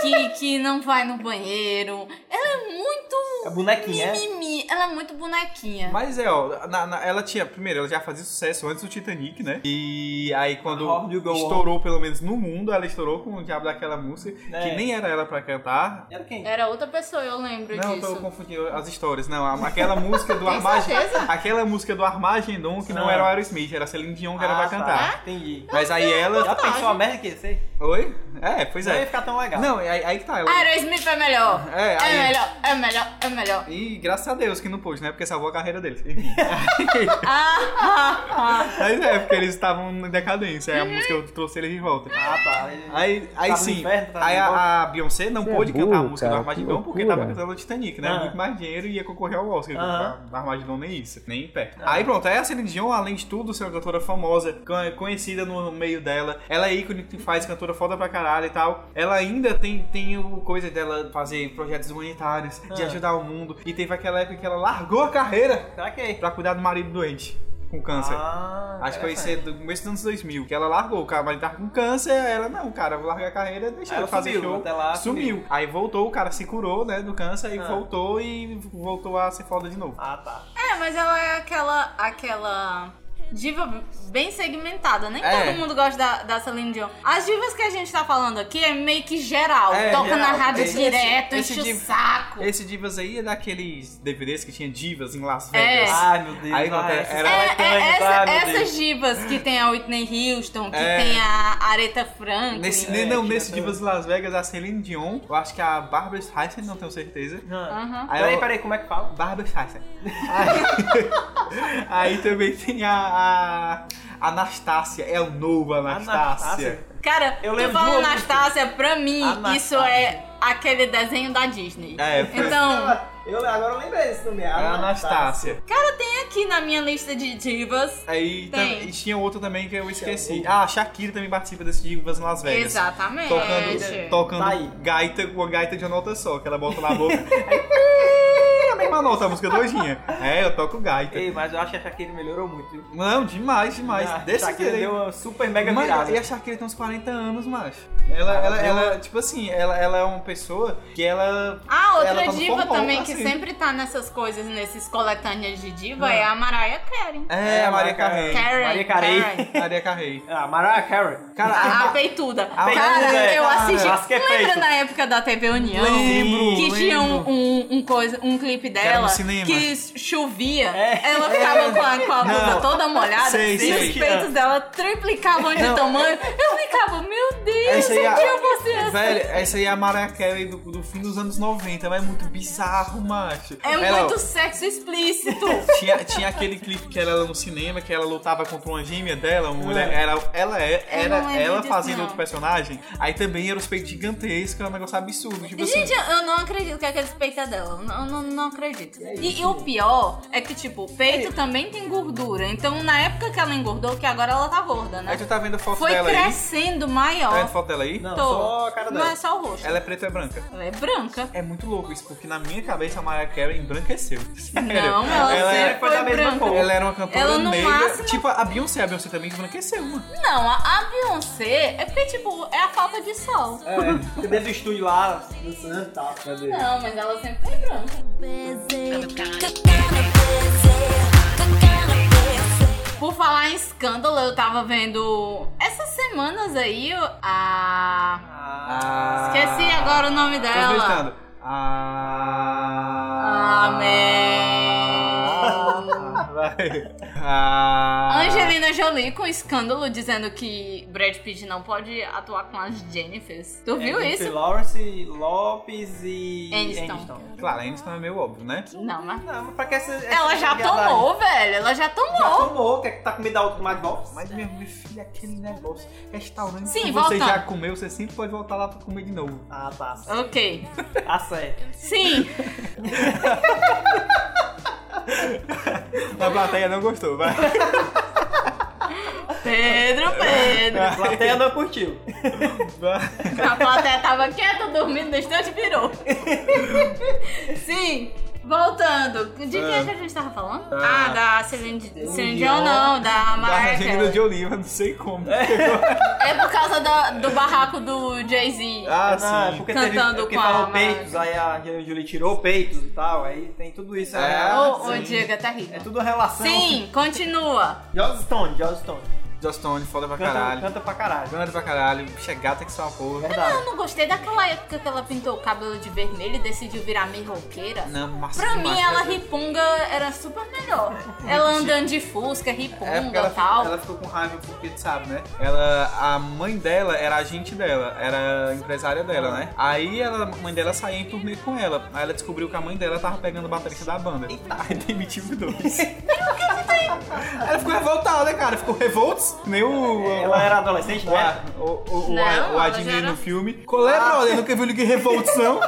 E: que, que não vai no banheiro. Ela é muito
H: É bonequinha, é?
E: mimimi. Ela é muito bonequinha.
C: Mas é, ó, na- na- ela tinha, primeiro, ela já fazia sucesso antes do Titanic, né? E aí quando
H: How You Go On.
C: estourou, pelo menos no mundo, ela estourou com o diabo daquela música,
H: É.
C: que nem era ela pra cantar.
H: Era quem?
E: Era outra pessoa, eu lembro
C: Não, eu
E: disso.
C: tô confundindo as histórias. Não, a- aquela
E: <laughs>
C: música do Armagem. Aquela música do Armagedon que não
H: Ah.
C: era o Aerosmith, era a Celine Dion que era
H: Ah,
C: pra cantar.
H: Tá. Entendi.
C: Mas aí
H: Já
C: ela.
H: pensou a merda que ia ser?
C: Oi? É, pois
H: Não ia
C: é.
H: ficar tão legal.
C: Não, aí, aí que tá. Ela...
E: Aerosmith é melhor.
C: É, aí-
E: melhor, é melhor, é
C: <laughs>
E: melhor.
C: E graças a Deus que não pôde, né? Porque salvou a carreira deles. Enfim. <laughs>
E: Ah, ah, ah.
C: Mas é, porque eles estavam em decadência. Aí a música eu trouxe eles de volta.
H: Ah, tá.
C: Aí, aí
H: Tava no
C: sim,
H: inferno, tá tava
C: aí
H: no
C: a, a Beyoncé não
B: Você é
C: pôde cantar a
B: burro,
C: música
B: cara,
C: do
B: que
C: Armagedon porque
B: loucura.
C: tava cantando o Titanic, né?
H: Ah.
C: Muito mais dinheiro e ia concorrer ao Oscar.
H: Aham. Ah.
C: O Armagedon nem isso, nem perto. Aí pronto, aí a Celine Dion, além de tudo, ser uma cantora famosa, con- conhecida no meio dela, ela é ícone que faz cantora foda pra caralho e tal. Ela ainda tem, tem o coisa dela fazer projetos humanitários, de
H: Ah.
C: ajudar o mundo. E teve aquela época que ela largou a carreira
H: Será que é?
C: pra cuidar do marido doente com câncer.
H: Ah,
C: Acho que foi
H: interessante.
C: ser do começo dos anos 2000, que ela largou, o cara vai estar com câncer, aí ela, não, cara, vou largar a carreira, deixa
H: Aí
C: ela
H: ela
C: fazer
H: sumiu,
C: show.
H: até lá,
C: sumiu. Aí voltou, o cara se curou, né, do câncer, e
H: Ah.
C: voltou e voltou a ser foda de novo.
H: Ah, tá.
E: É, mas ela é aquela, aquela diva bem segmentada. Nem
C: É.
E: todo mundo gosta da, da Celine Dion. As divas que a gente tá falando aqui é meio que geral.
C: É,
E: Toca na
C: geral.
E: rádio
C: Esse-
E: direto,
C: esse-
E: enche
C: esse
E: o
C: diva-
E: saco.
C: Esse Divas aí é daqueles DVDs que tinha divas em Las
E: É.
C: Vegas.
H: Ai, meu Deus.
C: Aí,
H: ah,
C: pronto,
H: essas
C: era-
E: É,
H: coletâneas,
E: é, essa-
H: ai, meu Deus.
E: essas divas que tem a Whitney Houston, que
C: É.
E: tem a Aretha Franklin.
C: Nesse, né,
H: É,
C: não,
H: tinha
C: nesse
H: essa-
C: Divas de Las Vegas, a Celine Dion, eu acho que a Barbara Streisand, não tenho certeza.
H: Ah.
E: Aham.
C: Aí
H: Peraí,
C: eu-
H: peraí, como é que fala?
C: Barbara Streisand. Aí, <laughs> aí também tem a, a Anastácia, é o novo Anastácia.
E: Cara,
H: Eu
E: tu
H: lembro de
E: fala
H: uma
E: Anastácia, pra mim,
H: Anastácia.
E: isso é aquele desenho da Disney.
C: É, foi-
E: Então,
H: Eu agora eu lembrei desse nome.
C: É a Anastácia.
E: tem aqui na minha lista de divas.
C: Aí
E: Tem.
C: tam- e tinha outra também que eu esqueci. Ah, a Shakira também participa desse Divas em Las Vegas.
E: Exatamente.
C: Tocando,
H: Tá
C: tocando
H: aí.
C: gaita com a gaita de uma nota só, que ela bota na boca. Aí, mal nota a música doidinha. É, eu toco gaita.
B: Ei, mas eu acho que a Shakira melhorou muito, viu?
C: Não, demais, demais.
B: Ah,
C: Deixa
B: Shakira
C: que
B: deu uma super mega
C: Mano,
B: virada.
C: e a Shakira tem uns 40 anos, macho. Ela, ela, ela, tipo assim, ela, ela é uma pessoa que ela.
E: Ah,
C: Ela
E: outra
C: tá no
E: diva
C: forró,
E: também que
C: assim. Ah.
E: sempre tá nessas coisas, nesses coletâneas de diva, é a Mariah Carey.
C: É, a Maria Carrey.
E: Carey.
B: Maria Carey.
C: Maria Carrey.
B: Ah, Mariah Carey.
C: Cara,
E: A Ah, peituda.
C: mas
E: Cara,
B: é,
E: eu
B: cara,
E: assisti.
B: acho que é
E: Lembra
B: peito.
E: na época da TV União?
C: Lembro,
E: Que tinha um,
C: lembro.
E: um, um coisa, um clipe
C: era no
E: dela
C: cinema. É.
E: que chovia. Ela ficava com a, com a
C: Não.
E: bunda toda molhada
C: Sei,
E: e
C: sei.
E: os peitos dela triplicavam de
C: Não.
E: tamanho. Eu ficava, meu Deus,
C: Essa aí
E: um
C: é a-
E: dia eu vou ser assim.
C: Velho, essa aí é a Mariah Carey do, do fim dos anos 90, mas é muito bizarro, macho.
E: É
C: Ela-
E: muito sexo
C: <laughs>
E: explícito.
C: Tinha, tinha aquele clipe que ela era no cinema, que ela lutava contra uma gêmea dela, uma mulher. Era, ela é-
E: Ah. Eu
C: era,
E: não lembro
C: ela
E: disso,
C: fazendo
E: não.
C: outro personagem. Aí também era os peitos gigantescos, era um negócio absurdo. Tipo assim.
E: Gente, eu não acredito que aquele peito é dela. Eu não, não, não acredito. E, e o pior é que, tipo, o peito também tem gordura. Então, na época que ela engordou, que agora ela tá gorda, né?
C: Aí tu tá vendo a foto
E: Foi
C: dela aí?
E: crescendo maior.
C: Tá vendo a foto dela aí?
B: Não,
E: Tô.
B: só a cara
E: Não é
B: dela.
E: só o rosto.
C: Ela é preta ou é branca?
E: Ela é branca.
C: É muito louco isso, porque na minha cabeça a Mariah Carey
E: <laughs>
C: embranqueceu. Sério.
E: Não, ela,
C: era,
E: sempre
B: foi
E: foi,
B: da mesma
E: branca.
B: cor.
C: ela era uma cantora
E: Ela, no
C: negra.
E: máximo-
C: Tipo, a Beyoncé, a Beyoncé também embranqueceu, mano.
E: Não, a, a Beyoncé é porque, tipo, é a falta de sol.
B: É, dentro do estúdio lá, dançando e tal. Cadê?
E: Não, mas ela sempre foi branca. Por falar em escândalo, eu tava vendo essas semanas aí a.
C: Ah,
E: Esqueci agora o nome
C: Tô
E: dela.
C: testando. Ah.
E: Amém.
C: Vai. Ah.
E: Angelina Jolie com escândalo dizendo que Brad Pitt não pode atuar com as Jennifers.
C: É,
E: Tu viu
B: Jennifer
E: isso?
B: Lawrence, Lopes e.
E: Aniston.
C: Claro, ainda não é meio óbvio, né?
E: Não, mas.
B: Não, mas pra que essa.
E: Ela
B: essa
E: já
B: viadagem?
E: tomou, velho. Ela já
B: Já
E: tomou.
B: tomou, quer que tá com medo da outra tomar de volta?
C: Mas meu, meu filho, aquele negócio, restaurante
E: Sim,
C: que você
E: voltando.
C: já comeu, você sempre pode voltar lá pra comer de novo.
B: Ah, tá.
E: Ok.
B: Ah, sério.
E: Sim.
C: A plateia não
E: <laughs>
C: gostou, vai.
E: Pedro, Pedro.
B: A <laughs> plateia não curtiu.
C: vai.
E: A plateia tava quieta, dormindo no instante, virou. <laughs> Sim. Voltando. De quem é que a gente tava falando? Ah, da Celine, Celine Dion, não. Da
C: Da
E: Mariah
C: Angelina
E: Carey.
C: de Oliva, não sei como.
E: É por causa da- do barraco do Jay-Z.
C: Ah,
B: não, é
C: sim.
B: porque
E: Cantando
B: teve, é porque
E: com a
B: falou
E: Mariah.
B: peitos, aí a Angelina Jolie tirou peitos e tal, aí tem tudo isso.
C: É.
B: É,
E: Ô, ô,
C: sim.
E: Diego, é terrível.
B: é tudo relação.
E: Sim, continua.
B: Joss Stone, Joss Stone.
C: Justone, foda pra
B: Canta,
C: caralho.
B: canta pra caralho.
C: Canta pra caralho, bicha gata que só uma porra.
E: Eu
B: Verdade.
E: não gostei daquela época que ela pintou o cabelo de vermelho e decidiu virar meio roqueira.
C: Não, mas
E: Pra
C: mas-
E: mim, ela ripunga era super melhor. Ela andando de fusca, ripunga
C: É
E: e
C: porque ela,
E: tal.
C: ficou, ela ficou com raiva porque, tu sabe, né? Ela, a mãe dela era agente dela, era empresária dela, né? Aí ela, a mãe dela saía em turnê com ela. Aí ela descobriu que a mãe dela tava pegando o baterista da banda. Eita, demitiu os dois. ela ficou revoltada, né, cara. Ficou revoltos. Nem o. o-
B: Ela era adolescente,
C: o,
B: né?
C: o, o, o,
E: Não,
C: o,
E: ela
C: Admin
E: já era-
C: no filme. Qual é, brother? Nunca viu
E: <laughs>
C: ninguém revolução.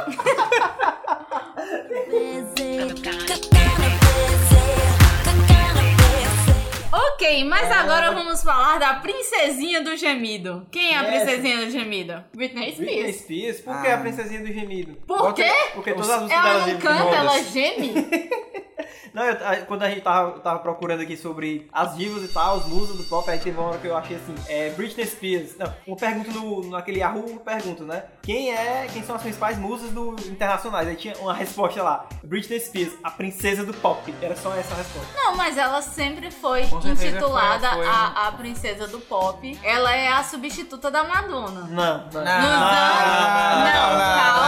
E: Ok, mas agora vamos falar da princesinha do gemido. Quem é a
B: Essa.
E: princesinha do gemido? Britney
B: Britney
E: Spears.
B: Spears, por que
C: Ah.
B: a princesinha do gemido?
E: Por quê?
B: Porque todas as músicas
E: Ela
B: dela
E: não
B: de-
E: canta, ela é-
C: Modas.
E: geme?
B: Não, eu- a- quando a gente tava, tava procurando aqui sobre as divas e tal, os musas do pop, aí teve uma hora que eu achei assim, é Britney Spears. Não, uma pergunta no, naquele Yahoo, uma pergunta, né? Quem é, quem são as principais musas do internacionais? Aí tinha uma resposta lá, Britney Spears, a princesa do pop. Era só essa a resposta.
E: Não, mas ela sempre foi
C: Com certeza
E: intitulada
C: foi- foi.
E: A, a princesa do pop. Ela é a substituta da Madonna.
B: Não, não.
E: Nos
B: Ah.
E: anos.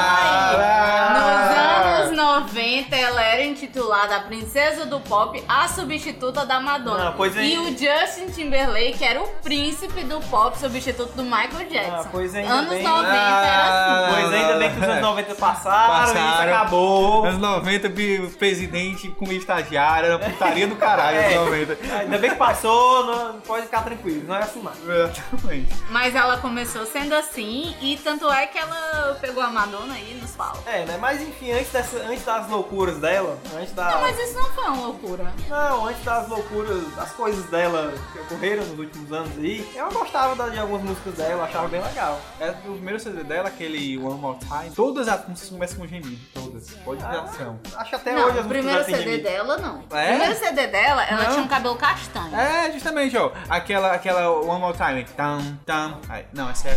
E: Não, calma aí. Nos anos 90, ela era intitulada a Princesa do Pop, a substituta da Madonna.
B: Não, Ah, pois é, aí-
E: E o Justin Timberlake era o príncipe do pop, substituto do Michael Jackson.
B: Ah, pois ainda
E: anos
B: bem.
E: 90 era assim.
C: Ah,
B: Pois ainda bem que os anos 90 passaram, e isso
C: Passaram.
B: acabou.
C: Anos 90, bi- presidente com estagiário, era putaria do caralho,
B: É.
C: anos 90.
B: Ainda bem que passou, não, pode ficar tranquilo, não é assim mais.
C: Exatamente.
E: Mas ela começou sendo assim, e tanto é que ela pegou a Madonna e nos fala.
B: É, né? Mas enfim, antes, dessa, antes das loucuras dela, antes da.
E: Não, mas isso não foi uma loucura.
B: Não, antes das loucuras, das coisas dela que ocorreram nos últimos anos aí, eu gostava da- de algumas músicas dela, achava bem legal.
C: É, o primeiro CD dela, aquele One More Time, todas as músicas começam com gemido. Todas. Foda-se, pode
B: Ah.
C: ter ação.
B: Acho até
I: Não,
B: hoje as
I: o
B: músicas
I: primeiro
B: elas têm
I: CD
B: limite.
I: dela, não.
C: É?
I: O primeiro CD dela, ela
C: Não.
I: tinha um cabelo castanho.
C: É, justamente, ó. Aquela, aquela One More Time. né? Tam, tam. Aí, não, essa é a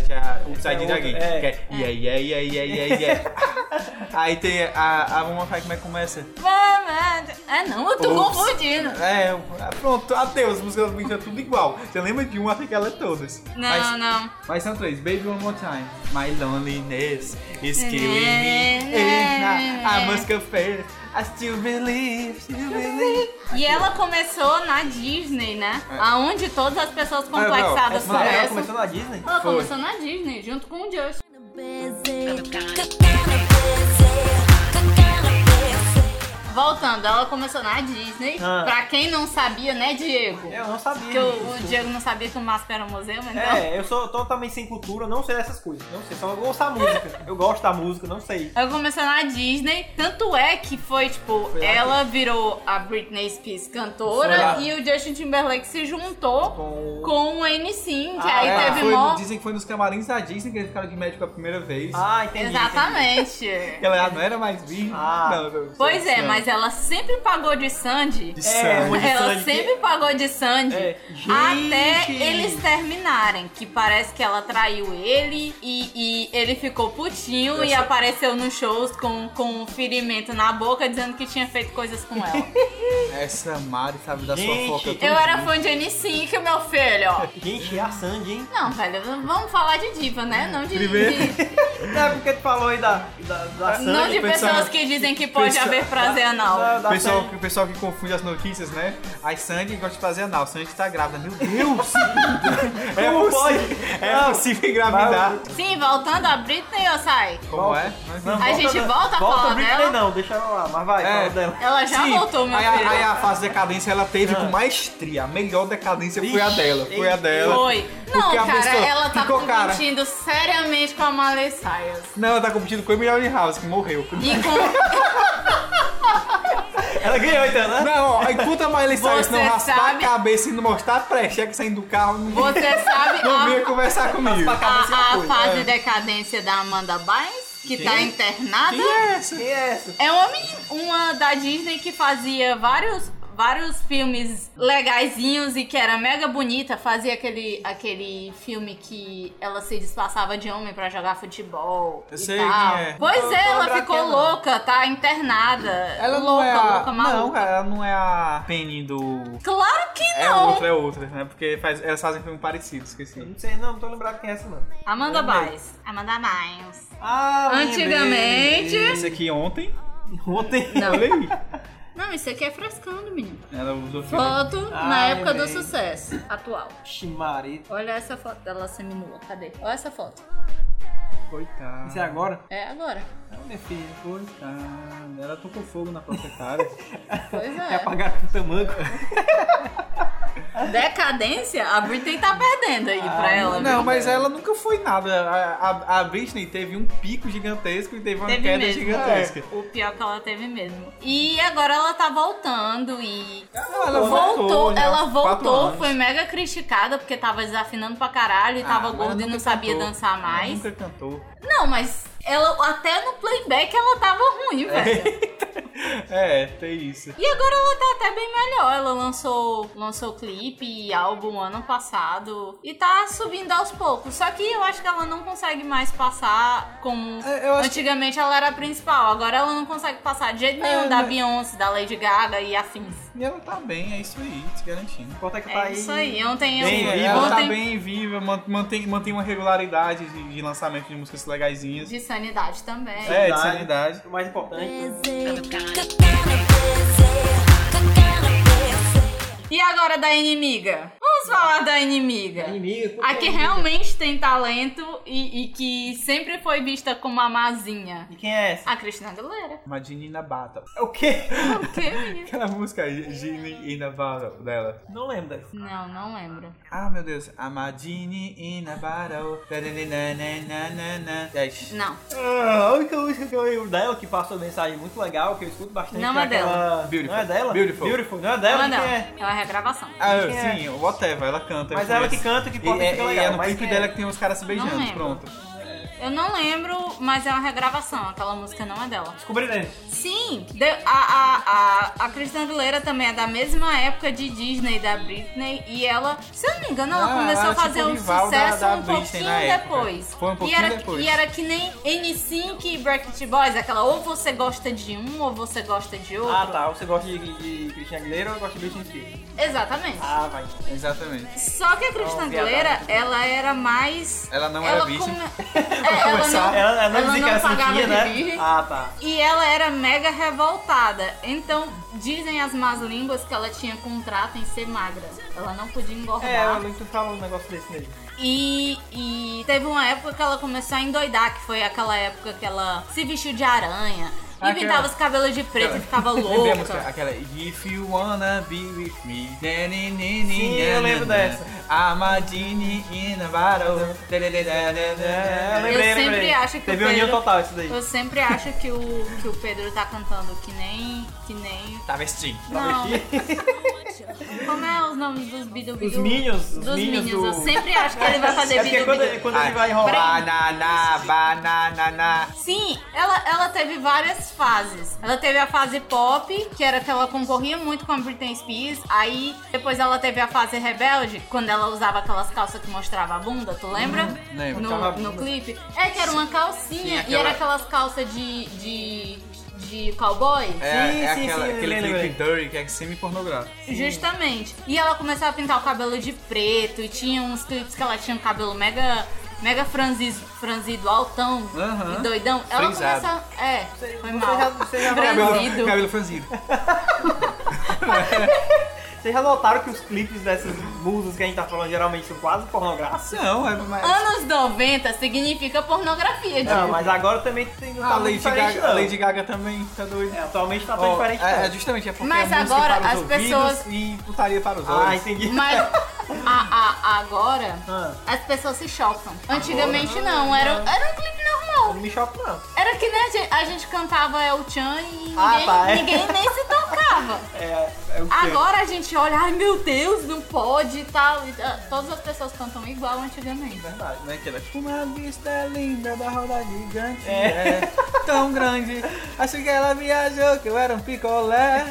C: o
B: Essa é
C: side
B: outra,
C: da game.
B: é.
C: Que é yeah, yeah, yeah, yeah, yeah, yeah. Aí tem a, a One More Time, como é que começa?
E: Ah,
I: É, não, eu tô
C: Ops.
I: confundindo.
C: É, pronto, adeus, as músicas do Blink são tudo igual. Você lembra de uma, até que ela é todas.
E: Não,
C: mas,
E: não.
C: mas são três. Baby One More Time. My Loneliness is killing
E: Né,
C: me.
E: né,
C: And I, I
E: né.
C: must confess, I still believe, still believe.
E: E ela começou na Disney, né?
C: É.
E: Aonde todas as pessoas
C: não,
E: complexadas
C: essa- ela
B: Ah, Ela
E: começam.
B: começou na Disney?
E: Ela
C: Foi.
E: começou na Disney, junto com o Justin. Voltando, ela começou na Disney.
B: Ah.
E: Pra quem não sabia, né, Diego?
B: Eu não sabia.
E: Porque o, o Diego não sabia que o Masp era um museu, mas então.
B: É, eu sou totalmente sem cultura, eu não sei dessas coisas. Não sei, só eu gosto da música. Eu gosto da música, não sei.
E: Ela começou na Disney, tanto é que foi tipo,
B: Foi lá
E: ela virou a Britney Spears
B: Foi
E: cantora
B: lá.
E: e o Justin Timberlake se juntou
B: Com-
E: com o N5,
B: Ah,
E: aí
B: é,
E: teve
C: foi,
E: mó...
C: Dizem que foi nos camarins da Disney que eles ficaram de médico a primeira vez.
B: Ah, entendi.
E: Exatamente.
C: <laughs> Ela não era mais virgem.
B: Ah.
C: Não, não, não,
E: Pois é,
C: não.
E: mas ela sempre pagou de Sandy.
C: De
B: É,
C: sangue.
B: muito
E: Ela
B: sangue.
E: sempre pagou de Sandy.
B: É,
E: Até
B: gente.
E: eles terminarem, que parece que ela traiu ele e, e ele ficou putinho e
C: Essa-
E: apareceu nos shows com, com um ferimento na boca dizendo que tinha feito coisas com ela.
C: <laughs> Essa Mari sabe da
B: Gente,
C: sua foca
E: Eu era fã de N5, meu filho.
B: Gente, é a Sandy, hein?
E: Não, velho, vamos falar de diva, né? Não de,
C: Primeiro-
E: de-
B: Não é porque tu falou aí da, da, da Sandy.
E: não de
C: pensando-
E: pessoas que dizem que pode
C: pensando-
E: haver prazer anal.
B: Da,
C: O
B: da
C: pessoal,
B: Sandy.
C: o pessoal que confunde as notícias, né? A Sandy gosta de fazer anal. Sandy tá grávida. Meu
B: <laughs>
C: Deus! é
B: Como
C: possível, é
B: Não.
C: possível engravidar.
E: Sim, voltando a Britney, eu saí.
C: Como é? Mas
B: Não,
C: não.
E: A gente volta a falar
B: o Britney,
E: dela?
B: Não, deixa ela lá, mas vai,
C: É.
B: fala dela.
E: Ela já
C: Sim,
E: voltou, meu
C: aí, a-
E: filho.
C: aí a fase de decadência ela teve
B: Ah.
C: com maestria. A melhor decadência foi
B: Ixi,
C: a dela. Foi a
B: ei,
C: dela.
E: Foi. Não,
C: Porque a
E: cara,
C: pessoa
E: ela tá
C: ficou cara.
E: competindo seriamente com a Miley Cyrus.
C: Não, ela tá competindo com a Emily House, que morreu.
E: E com
B: Ela ganhou então, né?
C: Não, ó, enquanto a Miley Cyrus não
E: Você
C: raspar
E: sabe-
C: a cabeça e não mostrar a precheca saindo do carro, não,
E: você sabe
C: não vinha
E: a,
C: conversar comigo.
B: Pra cabeça
E: a, a
B: coisa.
C: é.
E: fase decadência da Amanda Bynes, que tá internada.
C: Quem é essa?
B: Quem é essa?
E: É uma, meni- uma da Disney que fazia vários vários filmes legaisinhos e que era mega bonita, fazia aquele, aquele filme que ela se disfarçava de homem pra jogar futebol
C: Eu
E: e
C: sei
E: tal.
C: quem é.
E: Pois
B: Eu tô
E: é, ela
B: lembrando
E: ficou
B: quem é, não.
E: louca, tá internada.
C: Ela
E: louca,
C: não é a...
E: louca, maluca.
C: Não, cara, ela não é a Penny do...
E: Claro que
C: É
E: não.
C: outra, é outra, né? Porque faz- elas fazem filme parecido, esqueci.
B: Não sei, não, não tô lembrado quem é essa, não.
E: Amanda
B: Não é.
E: Bynes. Amanda Bynes.
C: Tá
B: Ah,
E: Antigamente-
C: Esse aqui ontem,
B: lembrei. Ontem.
E: Não.
C: olha aí.
E: Não, isso aqui é frescando, menino.
C: Ela usou filme.
E: Foto na
B: Ai,
E: época do
B: bem.
E: sucesso, atual.
B: Ixi, Maria.
E: Olha essa foto dela seminua. Cadê? Olha essa foto.
C: Coitada.
B: Isso é agora?
E: É agora.
B: Não, minha filha.
C: Coitada. Ela tocou fogo na própria cara.
E: Pois
C: <laughs>
B: É
E: é.
B: apagar com o tamanco.
E: Decadência, a Britney tá perdendo aí pra <laughs> ela.
C: Ah,
E: é
C: Não,
E: viu?
C: mas ela nunca foi nada. A, a- a Britney teve um pico gigantesco e teve uma
E: Teve
C: queda
E: mesmo. É,
C: gigantesca.
E: O pior que ela teve mesmo. E agora ela tá voltando e.
C: Ah, Ela,
E: voltou,
C: já
E: ela
C: há quatro
E: voltou,
C: anos.
E: foi mega criticada porque tava desafinando pra caralho e
C: Ah,
E: tava
C: mas
E: gorda e
C: nunca
E: não sabia
C: cantou.
E: dançar
C: Ela
E: mais.
C: Nunca cantou.
E: Não, mas ela até no playback ela tava ruim, velho.
C: É, tem isso.
E: E agora ela tá até bem melhor. Ela lançou, lançou clipe e álbum ano passado e tá subindo aos poucos. Só que eu acho que ela não consegue mais passar como
C: É, eu acho
E: antigamente ela era a principal. Agora ela não consegue passar de jeito nenhum
C: É,
E: da
C: mas-
E: Beyoncé, da Lady Gaga e afins.
C: E ela tá bem, é isso aí, te garantindo.
B: Quanto é que tá
E: É
B: aí?
E: isso aí. Ontem eu um
C: Bem
B: Sim,
E: ontem,
C: viva, ela tá bem viva, man- mantém, mantém uma regularidade de, de lançamento de músicas legaisinhas.
E: de sanidade também.
C: É, de sanidade.
B: O mais
E: É.
B: importante.
E: E agora da inimiga? Vamos falar da inimiga.
B: Inimigo.
E: A que realmente tem talento e, e que sempre foi vista como a mazinha.
B: E quem é essa?
E: A Cristina Aguilera.
C: Madinina Bata. É
B: O quê?
E: <laughs> O quê, menino?
C: Aquela música
B: É.
C: Gini in a Bottle dela.
B: Não lembro dessa.
E: Não, não lembro.
C: Ah, meu Deus. A Madini in a Bottle. Tananana. É isso.
E: Não.
B: Ah, a única música que eu lembro dela, que passa uma mensagem muito legal, que eu escuto bastante.
E: Não
B: que
E: é dela.
B: aquela-
C: Beautiful.
B: Não é dela?
C: Beautiful.
B: Não é dela?
E: Não, não.
B: Quem é?
E: É uma regravação.
C: Ah,
B: Quem é?
C: sim, whatever, ela canta.
B: Mas
C: eu
B: ela que
C: conheço.
B: canta, que
C: E,
B: pode
C: é,
B: ficar
C: e
B: legal.
C: é no
B: mas
C: clipe
B: quem é?
C: dela que tem os caras se beijando,
E: lembro.
C: pronto.
E: Eu não lembro, mas é uma regravação. Aquela música não é dela.
B: Descobriremos.
E: Sim, de- a, a, a, a Cristina Aguilera também é da mesma época de Disney, da Britney, e ela, se eu não me engano, ela
C: Ah,
E: começou
C: ela
E: a
C: é
E: fazer
C: tipo
E: um
C: rival da-
E: sucesso
C: da
E: um
C: Britney
E: pouquinho
C: na época.
E: depois.
C: Foi um pouquinho
E: e era,
C: depois.
E: E era que nem N5 e Bracket Boys, aquela ou você gosta de um ou você gosta de outro.
B: Ah, tá. Você gosta de, de Christian Aguilera ou gosta de Britney Spears?
E: Exatamente.
B: Ah, vai.
C: Exatamente.
E: Só que a Cristina
B: Ó, viadada.
E: Aguilera, ela era mais...
C: Ela não era virgem. <laughs>
E: come- É, ela não,
B: Ah, Ela, ela não
E: ela
B: dizia que era
E: pagava
B: cinquinha,
E: de
B: né?
E: virgem.
B: Ah, tá.
E: E ela era mega revoltada. Então, dizem as más línguas que ela tinha contrato em ser magra. Ela não podia engordar.
B: É, o Luke fala um negócio desse mesmo.
E: E, e teve uma época que ela começou a endoidar, que foi aquela época que ela se vestiu de aranha. E
C: Ah,
E: pintava
C: aquela-
E: os cabelos de preto e
C: aquela- <laughs>
E: ficava
C: Lembrei a música,
E: louca.
C: aquela If you wanna be with me. na, ni, ni, ni,
B: Sim,
C: na,
B: eu
C: na,
B: lembro
C: na.
B: dessa.
C: I'm a genie in a bottle. Da, da, da, da, da, da.
B: É, eu lembrei,
E: sempre
B: lembrei.
E: acho que
B: Teve
E: o
B: um
E: Pedro-
B: total isso daí.
E: Eu sempre acho que o, que o Pedro tá cantando que nem. que nem.
C: Tá vestindo.
E: Não. Como é os nomes dos Beatles?
B: Os Minions, os
E: Dos
B: Minions
E: Minions.
B: do-
E: Eu sempre acho que ele vai fazer
B: É porque
E: Beatle
B: quando, quando
C: Ai,
B: ele vai enrolar...
C: Banana, banana, na.
E: Sim, ela, ela teve várias fases. Ela teve a fase pop, que era que ela concorria muito com a Britney Spears. Aí, depois ela teve a fase rebelde, quando ela usava aqulas calças que mostrava a bunda, tu lembra?
B: Uhum,
C: lembro.
E: No,
B: Mostrava a
E: no
B: bunda.
E: clipe. É, que era uma calcinha.
C: Sim,
E: E era
C: aquela-
E: aquelas calças de, de, de cowboy.
C: É,
B: Sim,
C: é
B: sim,
C: aquela,
B: sim, eu
C: aquele
B: lembrei,
C: clipe Dirty que é semi-pornográfico.
E: Justamente. E ela começou a pintar o cabelo de preto. E tinha uns clipes que ela tinha um cabelo mega... Mega franzido, franzido altão
C: Aham.
E: e doidão. Ela
C: Frisado.
E: começou. É, foi
B: Você
E: mal.
B: já, você já-
E: Franzido.
C: Cabelo franzido.
B: Vocês já notaram que os clipes dessas musas que a gente tá falando geralmente são quase pornográficos?
C: Não, é mais.
E: Anos 90 significa pornografia, gente.
B: Não, mas agora também tem não tá
C: A
B: muito
C: Lady
B: diferente,
C: Gaga,
B: não.
C: Lady Gaga também tá doido.
B: É, atualmente tá tão
C: Ó,
B: diferente
C: é, é
B: não.
C: justamente é porque
E: Mas
C: é música
E: agora
C: para os
E: as
C: ouvidos
E: pessoas-
C: e putaria para os
B: Ah,
C: olhos.
B: entendi.
E: Mas a- a- agora
B: Ah.
E: as pessoas se chocam. Antigamente não, era,
C: Ah.
E: era um clipe
B: Não
E: normal.
B: me choca não.
E: Era que nem a gente, a gente cantava El Chan e ninguém,
B: Ah, tá, é.
E: ninguém nem se tocava.
B: É, é o que?
E: Agora a gente olha, ai meu Deus, não pode e tal. E, ah, todas as pessoas cantam igual antigamente.
C: Verdade, né? Aquela, uma vista linda da roda gigante é. tão grande. Acho que ela viajou, que eu era um picolé.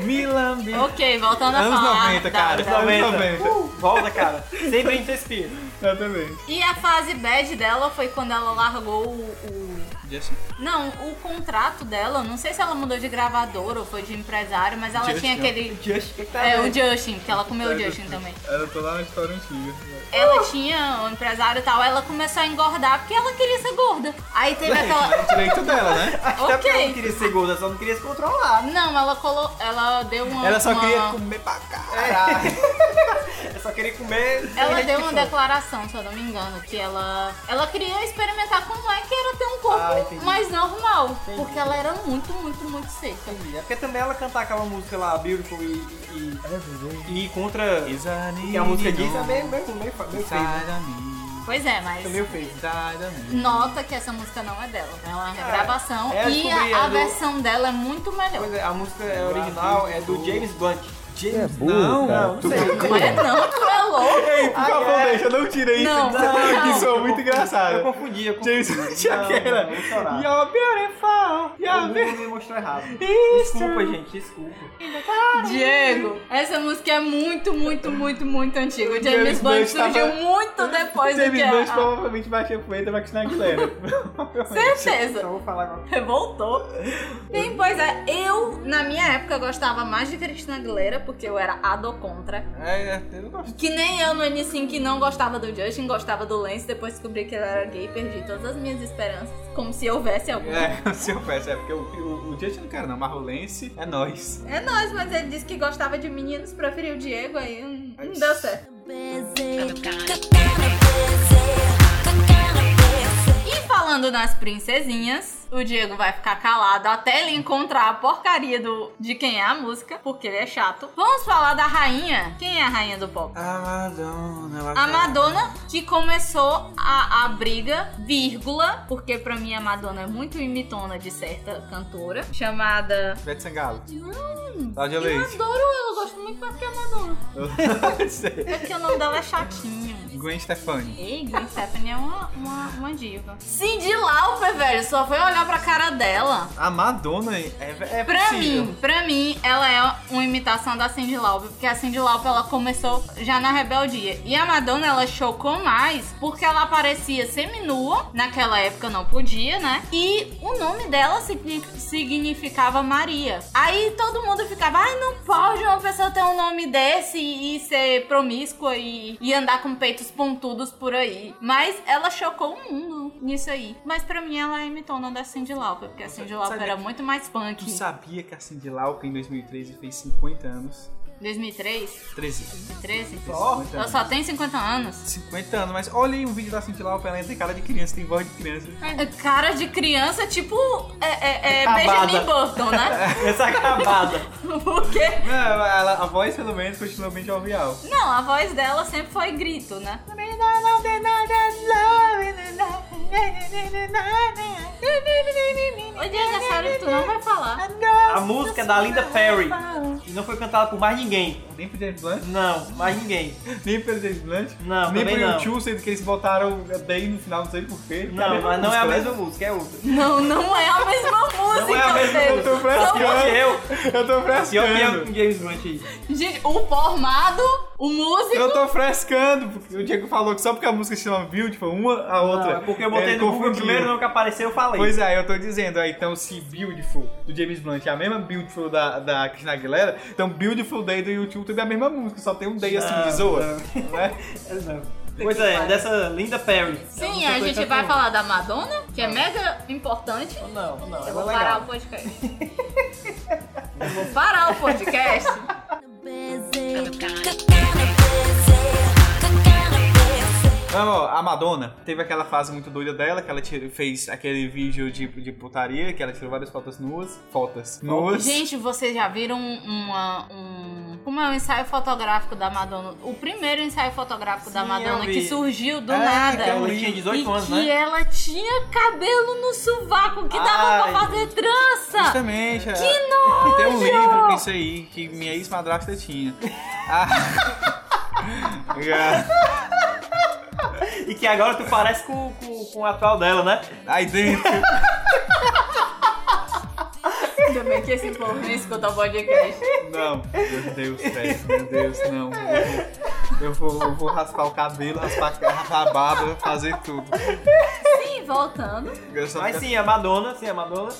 C: Me lambi.
E: Ok, voltando a
C: Anos
E: falar. da-
C: 90, cara.
E: da-
B: Aumenta.
C: 90.
B: Uh, volta, cara. Sem bem respira.
C: Exatamente.
E: E a fase bad dela foi quando ela largou o- o
C: Justin.
E: Não, o contrato dela, não sei se ela mudou de gravador ou foi de empresário, mas ela
C: Justin.
E: tinha aquele.
B: Just que tá
E: É,
B: vendo?
E: o Justin, que ela comeu o Justin também.
C: Ela tô lá na história antiga.
E: Ela
C: Uh!
E: tinha o empresário e tal, ela começou a engordar porque ela queria ser gorda. Aí teve aquela.
C: Direito dela,
B: <laughs>
C: né?
B: Até é porque ela
E: Ok.
B: não queria ser gorda, só não queria se controlar. né?
E: Não, ela colo... ela deu uma.
C: Ela só
E: uma-
C: queria comer pra
E: <laughs>
B: É.
C: caralho.
B: <laughs> Eu só queria comer. sem
E: Ela deu uma
B: restrição.
E: declaração, se eu não me engano, que ela. Ela queria experimentar como é que era ter um
B: Ah,
E: corpo
B: entendi.
E: mais normal. Porque ela era muito, muito, muito seca.
B: É porque também ela cantar aquela música lá, Beautiful e. e- e, e contra. Que
C: E
B: a música diz é meio, meio, meio, meio feio. né?
E: Pois é, mas.
B: É meio feio.
E: Nota que essa música não é dela, é uma regravação
B: é, eu
E: e
B: descobri,
E: a, a
B: é do-
E: versão dela é muito melhor.
B: Pois é, a música é original é do James Blunt.
E: <laughs>
H: É burro,
C: Não,
H: cara.
B: Não, não sei.
E: Olha, não, tu é
B: <laughs>
E: louco.
C: Ei, por favor,
B: é.
C: deixa, não tirei isso.
E: Não,
C: aqui,
E: não.
C: que soa muito
B: Eu
C: engraçado.
B: confundi, eu confundi.
C: James <laughs>
B: Não,
C: Jaquera.
B: não, vou chorar.
C: You're beautiful.
B: O
C: You're
B: Google
C: beautiful.
B: Ah, me mostrou errado.
C: Isso.
B: Desculpa, gente, desculpa.
E: Diego, essa música é muito, muito, muito, muito antiga. O
C: James
E: James Blunt
C: Blunt
E: surgiu
C: tava-
E: muito depois do que
C: James Blunt
E: a...
C: provavelmente batia poeta pra Christina Aguilera.
B: Só
E: Certeza.
B: vou falar
E: <laughs>
B: agora.
E: Voltou. Bem, pois é, eu, na minha época, gostava mais de Cristina Aguilera, porque eu era a do contra.
C: É, eu gosto.
E: Que nem eu no N5 que não gostava do Justin, gostava do Lance, depois descobri que ele era gay, perdi todas as minhas esperanças, como se houvesse alguma.
C: É, se eu peço, é porque o, o, o Justin não quero não, Marrolense é nós.
E: É nóis, mas ele disse que gostava de meninos, preferiu o Diego, aí não, não deu certo. E falando nas princesinhas, o Diego vai ficar calado até ele encontrar a porcaria do, de quem é a música, porque ele é chato. Vamos falar da rainha. Quem é a rainha do pop?
C: A Madonna. ela-
E: A Madonna que começou a, a briga, vírgula, porque pra mim a Madonna é muito imitona de certa cantora, chamada.
C: Ivete Sangalo.
E: Hum,
C: Cláudia
E: eu
C: Leite.
E: adoro ela, eu gosto muito mais que a Madonna. <laughs>
B: <laughs>
C: Não sei.
E: É porque o nome dela é chatinho.
C: Gwen Stefani.
E: Ei, Gwen Stephanie é uma, uma, uma diva. Cindy Lauper, velho, só foi olhar pra cara dela.
C: A Madonna é, é
E: Pra
C: possível.
E: mim, pra mim, ela é uma imitação da Cindy Lauper, porque a Cindy Lauper ela começou já na rebeldia. E a Madonna ela chocou mais porque ela aparecia seminua, naquela época não podia, né? E o nome dela signi- significava Maria. Aí todo mundo ficava, ai, não pode uma pessoa ter um nome desse e, e ser promíscua e, e andar com peitos pontudos por aí. Mas ela chocou o mundo nisso aí. Mas pra mim ela é imitona da Cindy Lauper, porque a Cindy Lauper
C: sabe
E: era
C: que-
E: muito mais punk.
C: Tu sabia que a Cindy Lauper em 2013 fez 50 anos?
E: 2003?
C: 13.
E: 2013?
C: Ó.
B: então.
E: Ela só tem 50 anos.
C: 50 anos, mas olha aí um vídeo da Cindy Lauper, ela tem cara de criança, tem voz de criança.
E: É Cara de criança, tipo. É, é, é
B: Acabada. É.
E: Benjamin Burton,
B: <laughs>
E: né?
B: Essa acabada.
E: Porque.
C: Não, ela- a voz pelo menos continua bem jovial.
E: Não, a voz dela sempre foi grito, né? Ô, Diego, é sério que tu não vai falar.
B: A música é da Linda Perry. E não foi cantada por mais ninguém.
C: Nem pro James Blunt,
B: Não, mais ninguém.
C: nem pro James Blunt,
B: Não,
C: nem
B: também
C: pro
B: não.
C: YouTube, sendo que eles botaram o Day no final, não sei porquê.
B: Não, mas não é a mesma música, é outra.
E: Não, não é a mesma música,
B: é a mesma
E: Pedro.
C: Eu tô frescando,
B: Eu,
C: eu tô
B: pior que eu
C: frescando.
B: com James Blunt aí.
E: Gente, o formado, o músico.
C: Eu tô frescando, porque o Diego falou que só porque a música se chama Beautiful, uma a outra.
B: Não, é porque eu botei
C: ele
B: no Google
C: confundiu.
B: primeiro, não que apareceu, eu falei.
C: Pois é, eu tô dizendo, ah, então se Beautiful do James Blunt é a mesma Beautiful da, da Christina Aguilera, então Beautiful Day do YouTube também é a mesma música, só tem um Day assim
B: Não,
C: de zoa.
B: não.
C: né?
B: Não. Pois é, dessa Linda Perry.
E: Sim,
B: Eu não
E: a
B: sei
E: gente
B: cantar
E: vai
B: uma.
E: falar da Madonna,
B: Tá.
E: que é mega importante.
B: Não, não,
E: Eu
B: ela
E: vou
B: é
E: parar o
B: legal.
E: podcast. Eu vou parar o podcast.
C: Não, ó, a Madonna teve aquela fase muito doida dela, que ela tirou- fez aquele vídeo de, de putaria, que ela tirou várias fotos nuas. Fotos nuas.
E: Gente, vocês já viram uma- um. Como é o ensaio fotográfico da Madonna? O primeiro ensaio fotográfico da
B: Sim,
E: Madonna
B: eu vi.
E: que surgiu do
C: É,
E: nada.
C: que eu
B: Ela
C: li.
B: tinha
E: E
B: 18 anos,
E: que
B: né?
E: ela tinha cabelo no sovaco, que dava
B: Ai,
E: pra fazer trança.
C: Justamente.
E: Que
C: é.
E: nojo!
C: Tem um livro com isso aí que minha ex-madrasta tinha. Ah. <laughs>
B: E que agora tu parece com, com, com o atual dela, né?
C: Aí dentro.
B: um
E: Ainda bem que esse povo não escuta o podcast.
C: Não, meu Deus, velho, meu Deus, não. Eu vou, eu vou raspar o cabelo, raspar a- raspar a barba, fazer tudo.
E: Sim, voltando.
C: Eu só
B: Mas sim, a Madonna, sim, a Madonna.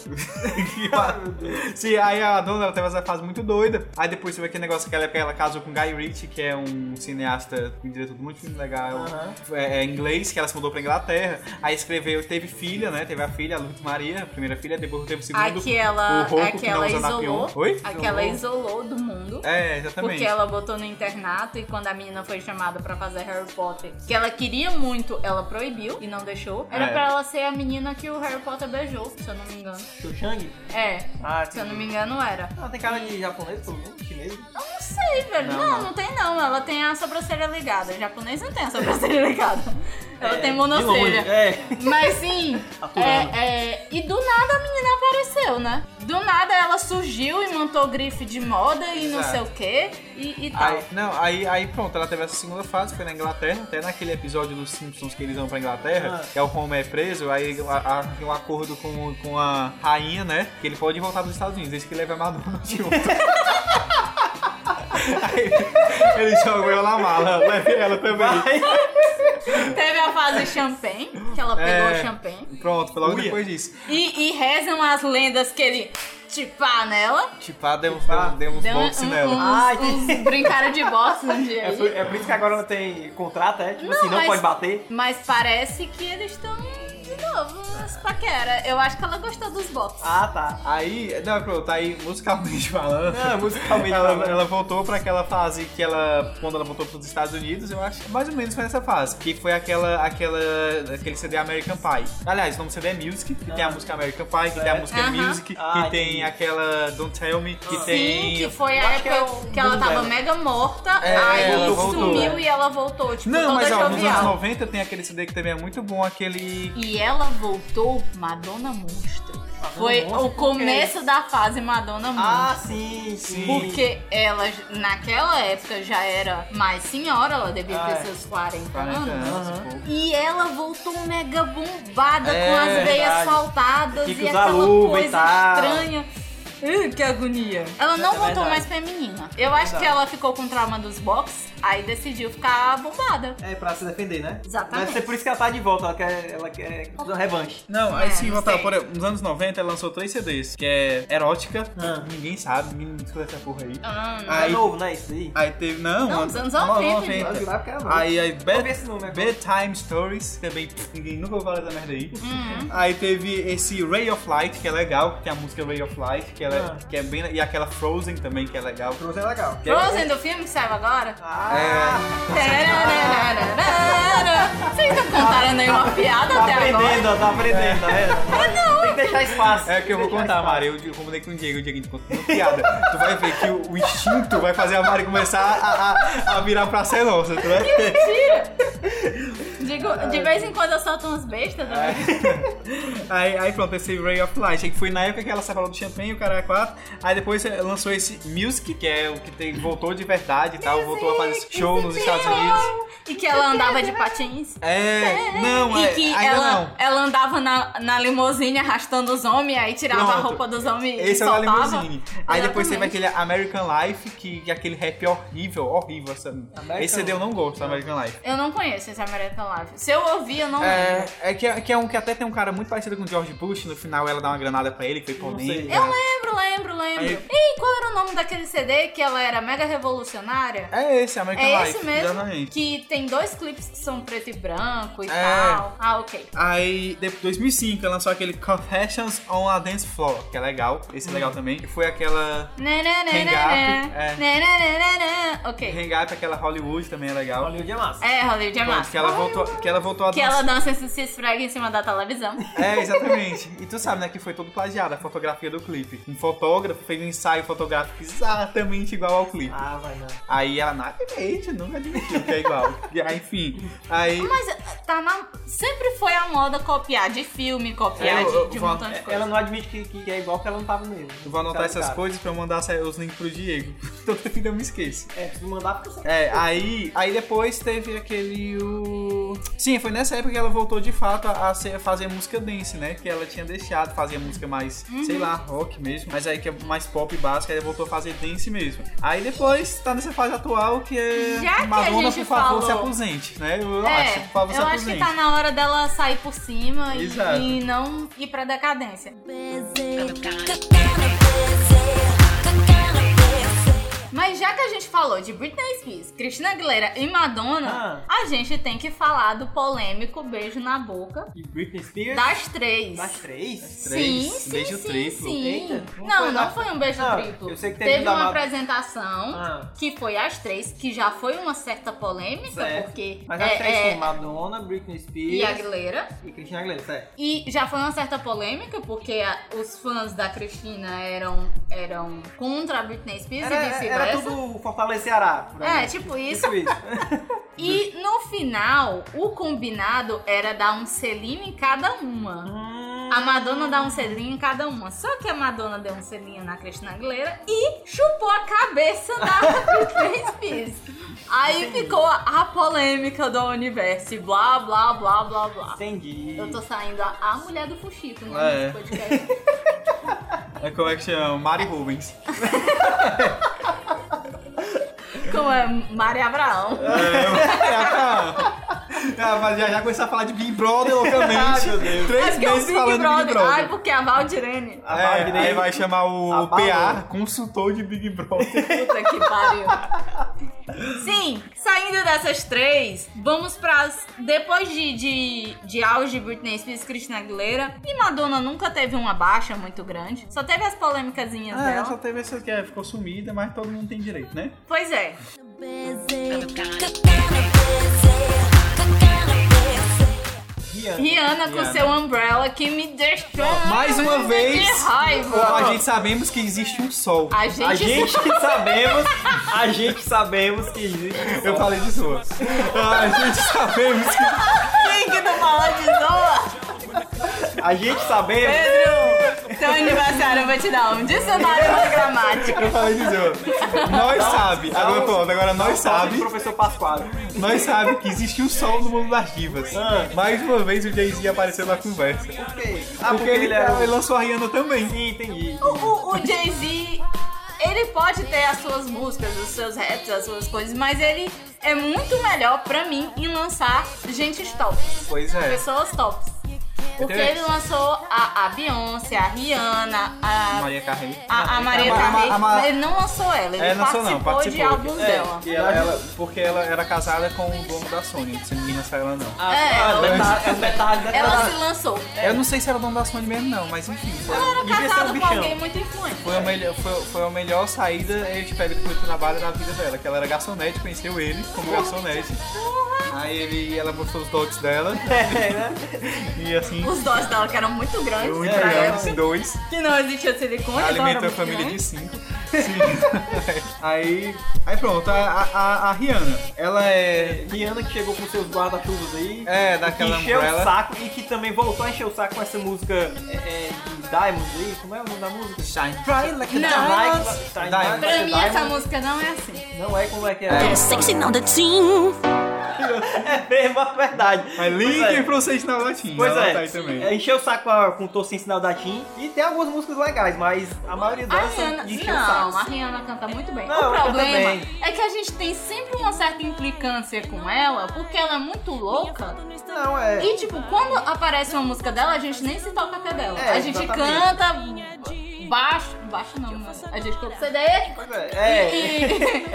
C: Sim, aí a dona ela teve essa fase muito doida. Aí depois teve aquele negócio que ela, que ela casou com Guy Ritchie, que é um cineasta, um diretor de muito filme legal. É, é inglês, que ela se mudou pra Inglaterra. Aí escreveu, teve filha, né? Teve a filha, a Ruth Maria, a primeira filha, depois teve o segundo.
E: Aquela,
C: o
B: tá
C: rouco que não
E: aquela
C: usa
B: um.
E: isolou.
C: napion. Oi?
E: Aquela isolou do mundo.
C: É, exatamente.
E: Porque ela botou no internato e quando a menina foi chamada pra fazer Harry Potter, que ela queria muito, ela proibiu e não deixou. Era
B: Ah,
C: É.
E: pra ela ser a menina que o Harry Potter beijou, se eu não me engano.
B: O Shang?
E: É,
B: Ah,
E: se eu não me engano era.
B: Ela tem cara de japonês, pelo menos, chinês.
E: Não sei, velho. Não,
B: Não,
E: não,
B: não.
E: tem não. Ela tem a sobrancelha ligada. O japonês não tem a sobrancelha <laughs> ligada. Ela
B: É,
E: tem
B: de
E: monocelha.
B: longe, É.
E: Mas
B: <laughs>
E: sim,
B: Aturando.
E: é, é, e do nada a menina apareceu, né? Do nada ela surgiu e montou grife de moda e não
C: Exato.
E: sei o quê e, e tal.
C: Aí, não, aí, aí pronto, ela teve essa segunda fase, foi na Inglaterra, até naquele episódio dos Simpsons que eles vão pra Inglaterra,
B: Ah.
C: que é o Homer é preso, aí a- a- tem um acordo com, com a rainha, né? Que ele pode voltar pros Estados Unidos, desde que leve a Madonna junto. aí ele jogou ela na mala, leve ela também.
B: <laughs> Vai.
E: Teve a fase champanhe, que ela pegou
C: É.
E: o champanhe.
C: Pronto, foi logo
B: Uia.
C: depois disso.
E: E, e rezam as lendas que ele tipá nela.
C: Tipo, ah, deu, deu, deu uns
E: Deu um,
C: boxe nela.
E: uns,
B: Ai.
E: uns brincaram de boxe um dia.
B: É
E: aí.
B: por, é por isso que agora tem contrato, é? Tipo
E: Não,
B: assim, não
E: mas-
B: pode bater.
E: Mas parece que eles estão de novo umas paquera. Eu acho que ela gostou dos bops.
B: Ah, tá.
C: Aí, não, pronto, aí musicalmente <laughs> falando.
B: Não, musicalmente
C: Ela,
B: falando.
C: ela voltou pra aquela fase que ela, quando ela voltou pros Estados Unidos, eu acho que mais ou menos foi essa fase, que foi aquela, aquela, aquele CD American Pie. Aliás, o nome do CD é Music, que tem a música American Pie, que tem a música
E: Aham.
C: Music, que
B: Ah,
C: tem
B: entendi.
C: aquela Don't Tell Me, que
E: Sim,
C: tem.
E: que foi a
B: acho que
E: época
B: é
E: que,
B: o
E: ela
B: mundo
E: tava
B: dela.
E: mega morta,
C: É,
E: aí
C: ela
E: sumiu
C: voltou,
E: e ela voltou, tipo,
C: Não,
E: toda
C: mas ó, nos anos
E: jovial.
C: 90 tem aquele CD que também é muito bom, aquele.
E: E ela voltou Madonna Monstro. Foi
B: Monstro,
E: o começo da fase Madonna Monstro.
B: Ah, sim, sim.
E: Porque ela, naquela época, já era mais senhora, ela devia
B: Ah,
E: ter
B: é.
E: seus 40,
C: 40
E: anos.
C: anos tipo. e pouco.
E: E ela voltou mega bombada
B: É,
E: com as veias
B: verdade.
E: saltadas
B: Tem que
E: e
B: usar
E: aquela
B: luva e
E: coisa
B: tal.
E: estranha. Ih, que agonia. Ela não
B: É
E: voltou
B: verdade.
E: mais feminina. Eu acho que
B: Verdade.
E: ela ficou com trauma dos box, aí decidiu ficar bombada.
B: É, pra se defender, né?
E: Exatamente.
B: Deve ser por isso que ela tá de volta, ela quer, ela quer uma revanche.
C: Não,
E: É,
C: aí sim,
E: não
C: voltar,
E: sei.
C: por exemplo, nos anos 90 ela lançou três CDs, que é Erótica,
B: Ah.
C: ninguém sabe, ninguém escuta essa porra aí.
E: Ah,
B: É
C: Aí,
B: novo, né? Isso aí.
C: aí teve, não,
E: Não,
C: mano,
E: nos anos
C: no-
E: 90,
B: Mas lá porque ela não.
C: Aí, aí
B: Vamos
C: Bad,
B: ver esse nome agora.
C: Bedtime Stories, também pff, ninguém nunca ouviu falar dessa merda aí.
E: Uhum.
C: Aí teve esse Ray of Light, que é legal, que é a música Ray of Light, que, ela,
B: Ah.
C: que é bem. E aquela Frozen também, que é legal. É.
B: Trouxe é legal.
E: Frozen do filme que saiu agora?
B: Ah,
E: Tarararararara. Vocês não contaram nenhuma piada
B: tá
E: até agora? Ah,
B: aprendendo, ó, tá aprendendo, tá vendo? não. Tem que deixar espaço.
C: É o que eu vou
B: Tem
C: contar,
B: deixar
C: Mari. Eu, eu combinei com o Diego, o Diego te contou uma piada. tu vai ver que o, o instinto vai fazer a Mari começar a, a, a virar pra ser nossa, tu vai ver.
E: Digo, de vez em quando eu solto uns bestas né? também.
C: Aí, aí pronto, esse Ray of Light, aí que foi na época que ela separou do champanhe, o cara é 4. Aí depois eh, lançou esse Music, que é o que tem- voltou de verdade e tal, voltou a fazer É, show nos Estados Unidos.
E: E que ela andava de patins.
C: É, não,
E: e
C: é,
E: que
C: ainda
E: ela,
C: não.
E: ela andava na, na limusine arrastando os homens, aí tirava a
C: Pronto.
E: roupa dos homens e
C: Esse é o da
E: soltava.
C: Limousine. Aí depois teve
E: Exatamente.
C: aquele American Life, que, que é aquele rap horrível, horrível. Essa, esse CD eu não gosto, American Life.
E: Eu não conheço esse American Life. Se eu ouvir, eu não lembro.
C: É, é que, é que é um que até tem um cara muito parecido com o George Bush, no final ela dá uma granada pra ele, que foi polêmico.
B: sei. Eu
E: Lembro, lembro, lembro.
C: Aí-
E: Ei, qual era o nome daquele CD que ela era mega revolucionária?
C: É esse, American
E: É
C: Life.
E: esse mesmo?
C: Exatamente.
E: Que tem dois clipes que são preto e branco e
C: É.
E: tal. Ah, ok.
C: Aí, em 2005, ela lançou aquele Confessions on a Dance Floor, que é legal, esse é legal
B: Hum.
C: também, que foi aquela...
E: Né, né, né,
C: Hang
E: né,
C: Up,
E: né.
C: é.
E: Né, né, né, né, né. Ok.
C: Hang Up, aquela Hollywood também é legal.
B: Hollywood é massa.
E: É, Hollywood é
C: Pronto,
E: massa.
C: que ela voltou, que ela voltou a
E: Que ela dança e se esfrega em cima da televisão.
C: É, exatamente. E tu sabe, né, que foi todo plagiado, a fotografia do clipe. Um fotógrafo fez um ensaio fotográfico exatamente igual ao clipe.
B: Ah, vai não.
C: Aí ela, na gente, nunca admitiu que é igual. E aí, enfim, aí...
E: Mas eh, tá na... sempre foi a moda copiar de filme, copiar
C: É, Eu- eu
E: de, de um
C: vou-
E: montão de coisa.
B: Ela não admite que, que é igual porque ela não tava mesmo.
C: Eu vou anotar
B: Sabe,
C: essas
B: cara?
C: coisas pra eu mandar essa- os links pro Diego. <laughs> Todo fim eu me esqueço.
B: É, preciso mandar pra você.
C: É, aí, aí depois teve aquele. O... Sim, foi nessa época que ela voltou de fato a, a ser- fazer música dance, né? Que ela tinha deixado fazer música mais,
E: Uhum.
C: sei lá, rock mesmo. Mas aí que é mais pop básica, aí ela voltou a fazer dance mesmo. Aí depois tá nessa fase atual que é.
E: Já que
C: Madonna,
E: a gente
C: por favor,
E: falou-
C: se aposente, né? Eu acho,
E: É,
C: por favor, se
E: eu acho que
C: aposente.
E: tá na hora dela sair por cima e,
C: Exato.
E: e não ir pra decadência. Mas já que a gente falou de Britney Spears, Christina Aguilera e Madonna,
C: Ah.
E: a gente tem que falar do polêmico beijo na boca
B: E Britney Spears?
E: das três.
B: Das três?
E: Sim,
C: Três,
E: sim,
C: beijo
E: sim,
C: triplo.
E: sim.
B: Eita, não
E: não,
B: foi
E: não
B: da-
E: foi um beijo
B: Ah,
E: triplo.
B: eu sei que teve
E: teve
B: da
E: uma
B: Ma-
E: apresentação
B: Ah.
E: que foi as três, que já foi uma certa polêmica,
B: Certo.
E: porque
B: Mas acho que é
E: é,
B: isso,
E: é,
B: Madonna, Britney Spears
E: e Aguilera.
B: e Christina Aguilera, certo?
E: E já foi uma certa polêmica, porque a- os fãs da Cristina eram, eram contra a Britney Spears
B: Era,
E: e
B: era
E: vice-versa.
B: tudo fortalecer Ará. por
E: É,
B: exemplo.
E: tipo isso.
B: Tipo isso.
E: E no final, o combinado era dar um selinho em cada uma.
B: Hum,
E: A Madonna dá um selinho em cada uma. Só que a Madonna deu um selinho na Cristina Aguilera e chupou a cabeça da Britney Spears. Aí ficou a polêmica do universo. e Blá, blá, blá, blá, blá.
B: entendi.
E: Eu tô saindo a, a mulher do fuxico, né?
C: É.
E: Nesse podcast.
C: É como é que chama? Mari Rubens.
E: Como é Maria Abraão.
C: É, <laughs> Ah, mas já, já começou a falar de Big Brother
E: <laughs>
C: loucamente.
E: É
C: Três
E: porque o
C: meses
E: Big
C: falando de
E: Brother.
C: Big Brother.
E: Ai, porque a Valdirene.
B: A
C: É,
B: Barbie
C: aí
B: daí-
C: vai chamar o
B: A
C: PA,
E: <laughs>
B: Barbie.
C: consultor de Big Brother.
E: Puta que pariu. Sim, saindo dessas três, vamos para depois de, de, de auge Britney Spears, Christina Aguilera e Madonna nunca teve uma baixa muito grande, só teve as polêmicazinhas
C: Ah,
E: dela.
C: ela só teve essa que é, ficou sumida, mas todo mundo tem direito, né?
E: Pois é.
B: Rihanna.
E: Rihanna com
C: Rihanna.
E: seu umbrella que me deixou
C: mais uma vez,
E: de raiva.
C: a gente sabemos que existe um sol.
E: A gente,
C: <laughs>
B: A gente que sabemos, a gente sabemos que existe.
C: Eu falei de sua. um A gente sabemos que
E: Quem que não falou de zoa?
B: A gente sabemos.
E: Pedro, seu aniversário eu vou te dar um dicionário de gramática.
C: Eu falei de Zeus. Nós sabe,
B: Salve.
C: agora pronto, agora nós sabe,
B: Professor Pasquale.
C: nós sabe que existe um sol no mundo das divas. Mais uma vez o Jay-Z apareceu na conversa.
B: Ah,
C: porque ele, é
B: era-
C: ele lançou a Rihanna também.
B: Sim, entendi.
E: O, o- o Jay-Z, ele pode ter as suas músicas, os seus raps, as suas coisas, mas ele é muito melhor pra mim em lançar gente top,
C: Pois é.
E: pessoas tops. Porque ele lançou a, a Beyoncé, a Rihanna, a,
C: Maria Carreira.
E: a, a Maria
C: A Ma- a Ma-
E: Carey.
C: a Ma-
E: Ele não lançou ela, ele
C: É, lançou
E: participou,
C: não,
E: de
C: participou.
E: álbuns
C: É,
E: dela.
C: E ela, ela- porque ela era casada com o dono da Sony, se ninguém lançou ela não.
B: Ah,
E: É,
B: ah,
E: ela-
B: detalhe, é um detalhe, detalhe.
E: Ela se lançou.
C: Eu não sei se era o dono da Sony mesmo não, mas enfim. Foi,
E: Ela
B: Devia ser
E: era
B: um
E: casada com
B: bichão.
E: alguém muito influente.
C: foi a melhor, foi, foi a melhor saída, ele, tipo, ele foi pro trabalho da vida dela, que ela era garçonete, conheceu ele como garçonete. Aí ele, ela mostrou os
E: <laughs>
C: docs dela.
E: É, né?
C: E assim,
E: Os dois dela que eram muito grandes
C: eu
E: pra ela.
C: entregamos dois.
E: Que não existia silicone, então era
C: Alimenta a
E: muito
C: família
E: grande.
C: de cinco. Sim. <laughs> aí, aí pronto, a, a, a Rihanna, ela é.
B: Rihanna que chegou com seus guarda-chuvas aí.
C: É, daquela
B: que encheu
C: umbrella.
B: o saco e que também voltou a encher o saco com essa música é, é, de Diamonds aí. Como é o nome da música?
C: Shine bright like a
E: Não.
C: diamond.
B: Diamonds.
C: Diamonds.
E: Pra mim, essa
B: Diamonds.
E: música não é assim.
B: Não é como é que é.
F: Sexy now the team.
B: <laughs> É mesmo, é verdade.
C: Mas
B: Pois
C: link
B: é.
C: pro Sentinel Latino.
B: Pois
C: ela tá aí
B: é,
C: também.
B: é, encheu o saco com a- com o Tô Sem Sinal da Tim. E tem algumas músicas legais, mas a maioria
E: A
B: delas
E: Rihanna,
B: são de encher o saco.
E: não, a Rihanna canta muito bem.
B: Não,
E: o
B: ela canta
E: problema
B: bem.
E: é que a gente tem sempre uma certa implicância com ela, porque ela é muito louca.
B: Não, é.
E: E, tipo, quando aparece uma música dela, a gente nem se toca até dela.
B: É,
E: a gente
B: exatamente.
E: canta baixo. Baixo não, né? A gente canta CD.
B: Pois É, é. <laughs>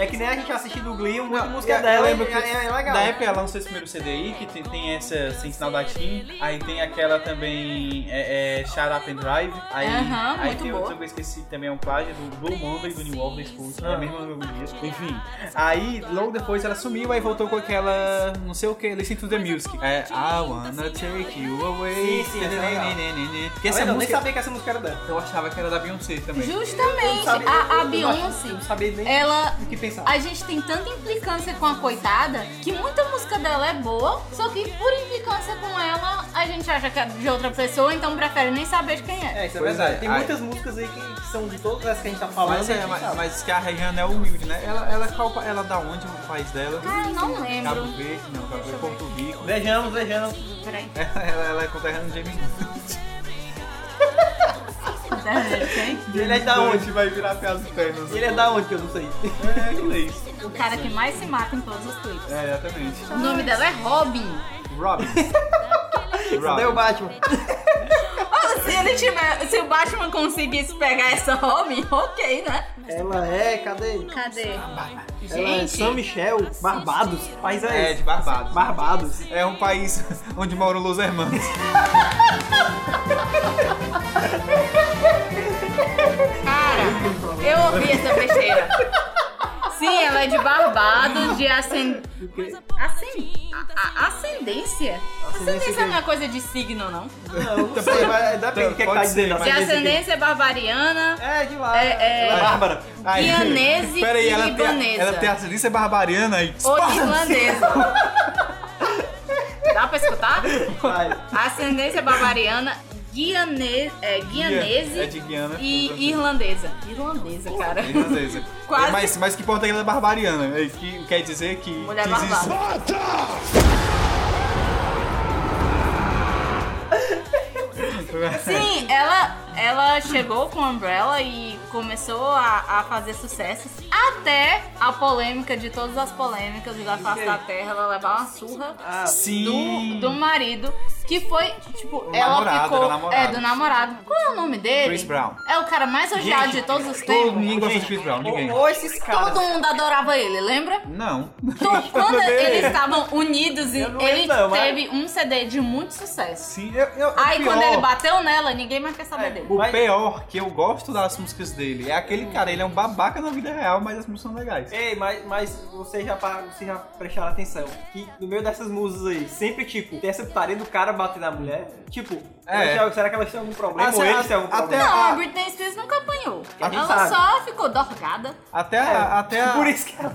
E: E,
B: É que nem a gente assistindo o Glee, uma
C: Não,
B: música
C: eu-
B: dela
C: eu lembro
B: é-
C: que
B: é, é legal.
C: Na época ela lançou esse primeiro CD aí, que tem, tem essa Sem Sinal da Tim, aí tem aquela também é, é, Shut Up and Drive, aí,
E: Aham,
C: aí
E: muito
C: tem
E: boa.
C: outra que eu esqueci também, é um plágio do Blue Monday do New Orleans School, é
B: Ah.
C: a mesma melodia. Enfim, aí logo depois ela sumiu, aí voltou com aquela, não sei o que, Listen to the Music. É, I wanna take you away. Né,
B: Sim, sim, essa é legal. Essa
C: Que essa
B: eu nem
C: música,
B: sabia que essa música era dela.
C: eu achava que era da Beyoncé também.
E: justamente,
B: Sabe, eu- eu-
E: a, a
B: eu não
E: Beyoncé,
B: Não sabia nem
E: ela
B: o que pensar.
E: A gente tem tanta implicância com a coitada que muita música dela é boa, só que por implicância com ela, a gente acha que é de outra pessoa, então prefere nem saber de quem é.
B: É, isso é
C: Pois
B: verdade.
C: é,
B: Tem
C: aí-
B: muitas músicas aí que, que são de todas essas que a gente tá falando.
C: Mas,
B: que a
C: é,
B: gente
C: mas,
B: sabe.
C: mas que a Rihanna é humilde, né? Ela, ela, qual, pa- ela da onde? O país dela?
E: Ah, eu não lembro.
C: Cabo Verde, não, Cabo Verde, é Porto Rico.
B: Vejamos, vejamos.
E: Peraí.
C: Ela, <laughs> ela, ela é conterrânea de Jamie
E: <laughs> Quem?
B: Ele é da onde?
C: vai virar pelas pernas.
B: Ele é da onde que eu não
C: <laughs>
B: sei?
C: É inglês.
E: O cara que mais se mata em todos os clipes.
C: É, exatamente.
E: O nome dela é Robin.
C: Robin.
B: Cadê o
C: Robin.
B: Batman?
E: Ah, se ele tiver. Se o Batman conseguisse pegar essa Robin, ok, né?
B: Ela é, cadê?
E: Cadê?
B: Ela é São
E: Gente,
B: Michel, Barbados. País é
C: É,
B: esse?
C: de Barbados.
B: Barbados.
C: É um país <laughs> onde moram os irmãos.
E: cara, eu ouvi essa besteira. Sim, ela é de Barbados, de ascend... Assim, a, a- ascendência? Ascendência não é coisa de signo, não.
B: Não,
C: <laughs>
B: não sei, mas depende do que, é que tá
C: Pode ser,
B: dizendo.
C: mas-
E: Se
C: Mas
E: a
C: esse
E: ascendência é barbariana,
B: É, de lá.
E: É, é-
B: Ela Bárbara.
C: Aí- <laughs>
E: Guianese
C: Pera aí,
E: e
C: ela Tem,
E: libanesa.
C: ela tem ascendência barbariana aí.
E: ou irlandesa. Dá pra escutar?
B: Vai.
C: <laughs>
E: Ascendência barbariana, guiane... é, guianese
C: É de Guiana.
E: e irlandesa. Irlandesa, cara.
C: Irlandesa.
E: Quase.
C: Mas, mas que importa é que ela é barbariana. é, Que quer dizer que.
E: Mulher
C: que existe-
E: barbada.
C: É.
E: Sim, ela, ela chegou com Umbrella e começou a, a fazer sucessos até a polêmica de todas as polêmicas da face da terra, ela levar uma surra
B: Ah,
C: Sim.
E: do, do marido, que foi, tipo,
C: Do
E: ela
C: namorado,
E: ficou...
C: do namorado.
E: É, do namorado. Qual é o nome dele?
C: Chris Brown.
E: É o cara mais odiado de todos os
C: Todo
E: tempos.
C: ninguém gosta de Chris Brown, ninguém.
B: ou, ou esses caras.
E: Todo mundo adorava ele, lembra?
C: Não. <laughs>
E: To- Quando tá-
B: Meu Deus.
E: né? eles estavam unidos e
B: Eu não
E: ele
B: lembro não, mas-
E: teve um CD de muito sucesso.
C: Sim, eu, eu, o
E: Aí
C: pior,
E: quando ele bateu nela, ninguém mais quer saber dele.
C: O
B: Mas-
C: pior que eu gosto das músicas dele é aquele cara, ele é um babaca na vida real, mas as músicas são legais.
B: Ei, mas, mas você já pa- você já prestaram atenção que no meio dessas musas aí, sempre tipo, tem essa putaria do cara bater na mulher. Tipo, elas
C: É.
B: já- será que elas têm algum problema?
C: Ah,
B: ou
C: será-
B: eles têm algum
C: até-
B: problema?
E: Não,
C: Ah.
E: a Britney Spears nunca apanhou.
B: É, A gente
E: Ela
B: sabe.
E: só ficou dorgada.
C: Até a. Até a
B: É. <laughs> Por isso que ela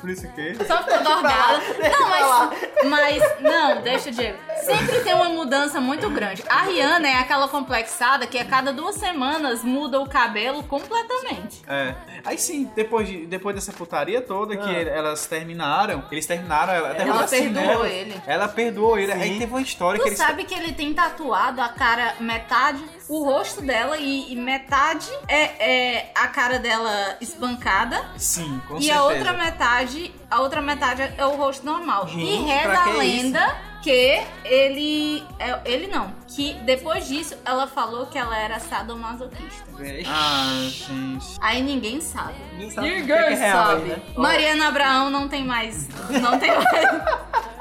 C: por isso que.
E: Só ficou dorgada. Não, mas, mas. Não, deixa, Diego. Sempre tem uma mudança muito grande. A Rihanna é aquela complexada que a cada duas semanas muda o cabelo completamente.
C: É. Aí sim, depois, de, depois dessa putaria toda que
B: Ah.
C: ele- elas terminaram, eles terminaram, ela,
B: É
C: terminou
E: Ela
C: assim, né?
E: perdoou ele.
C: Ela perdoou ele.
B: Sim.
C: Aí teve uma história que
E: Tu
C: eles.
E: sabe que ele tem tatuado a cara, metade, o rosto dela e, e metade é, é a cara dela espancada.
C: Sim, com
E: e
C: certeza.
E: a outra metade, a outra metade é o rosto normal. e
B: Gente,
E: reza
B: pra que
E: a
B: isso?
E: lenda que ele. é, Ele não. Que depois disso ela falou que ela era sadomasoquista.
C: <laughs> Ah, gente.
E: Aí ninguém sabe.
B: Ninguém sabe o que é que é real aí, né?
E: Mariana Abraão não tem mais. Não tem mais.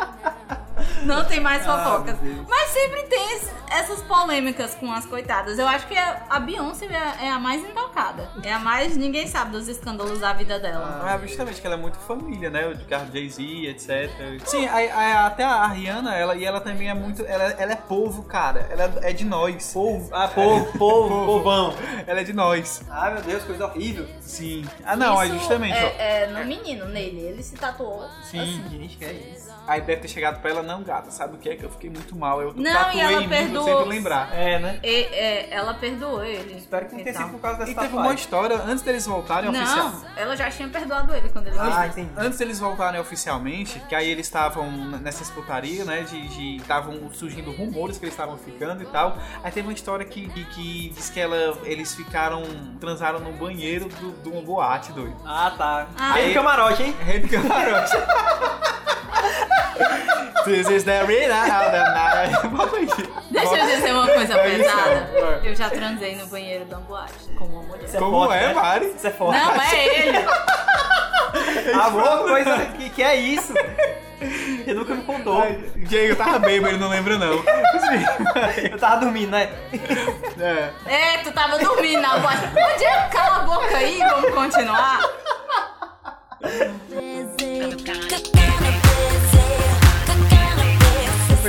E: Não tem mais fofocas. Mas sempre tem es- essas polêmicas com as coitadas. Eu acho que a a Beyoncé é- é a mais intocada. É a mais. Ninguém sabe dos escândalos da vida dela.
C: Ah, justamente que ela é muito família, né? O Carlos Jay-Z, etc. Sim, a- a- até a Rihanna, ela, e ela também é muito. Ela, ela é povo, cara. Ela é de nós.
B: Povo, ah,
C: <laughs>
B: povo, povo, povão.
C: Ela é de nós.
B: Ah, meu Deus, coisa horrível.
C: Sim. Ah, não, é
E: Isso
C: justamente. ó.
E: É, é no menino, nele. Ele se tatuou.
C: Sim.
B: Gente, que é isso?
C: Aí deve ter chegado pra ela, não, gata, sabe o que é que eu fiquei muito mal? Eu
E: Não, e
C: tatuei
E: ela
C: em mim,
E: perdoou.
C: você sempre lembrar.
B: É, né?
E: E- é, ela perdoou ele.
B: Espero que não
E: e
B: tenha
E: tal.
B: sido por causa
C: E
B: dessa
C: teve um uma
B: tatuagem.
C: história antes deles voltarem oficial.
E: Não, ela já tinha perdoado ele quando ele
B: Ah,
E: veio.
B: entendi.
C: Antes deles voltarem oficialmente, que aí eles estavam nessas putarias, né? De estavam surgindo rumores que eles estavam ficando e tal. Aí teve uma história que, que, que diz que ela, eles ficaram. transaram no banheiro do- de uma boate, doido. É
B: Ah, tá.
E: Ah.
B: Aí, camarote, hein?
C: Rei do camarote. <laughs> This is the arena, how the night. <laughs> Bota aí.
E: Deixa eu dizer uma coisa
C: É isso,
E: pesada.
C: é.
E: Eu já transei no banheiro da boate com uma mulher.
C: Como
B: forte,
C: é,
B: né?
C: Mari?
B: Isso é forte.
E: Não,
B: <laughs>
E: é ele.
B: Amor, coisa que, que é isso?
C: <laughs>
B: Você nunca me contou.
C: Ai, Diego tava bêbado, ele não
E: <laughs>
C: lembra, não.
B: Eu tava dormindo, né?
C: <laughs> É.
E: É, tu tava dormindo na boate. Ô, Diego, cala a boca aí, vamos continuar.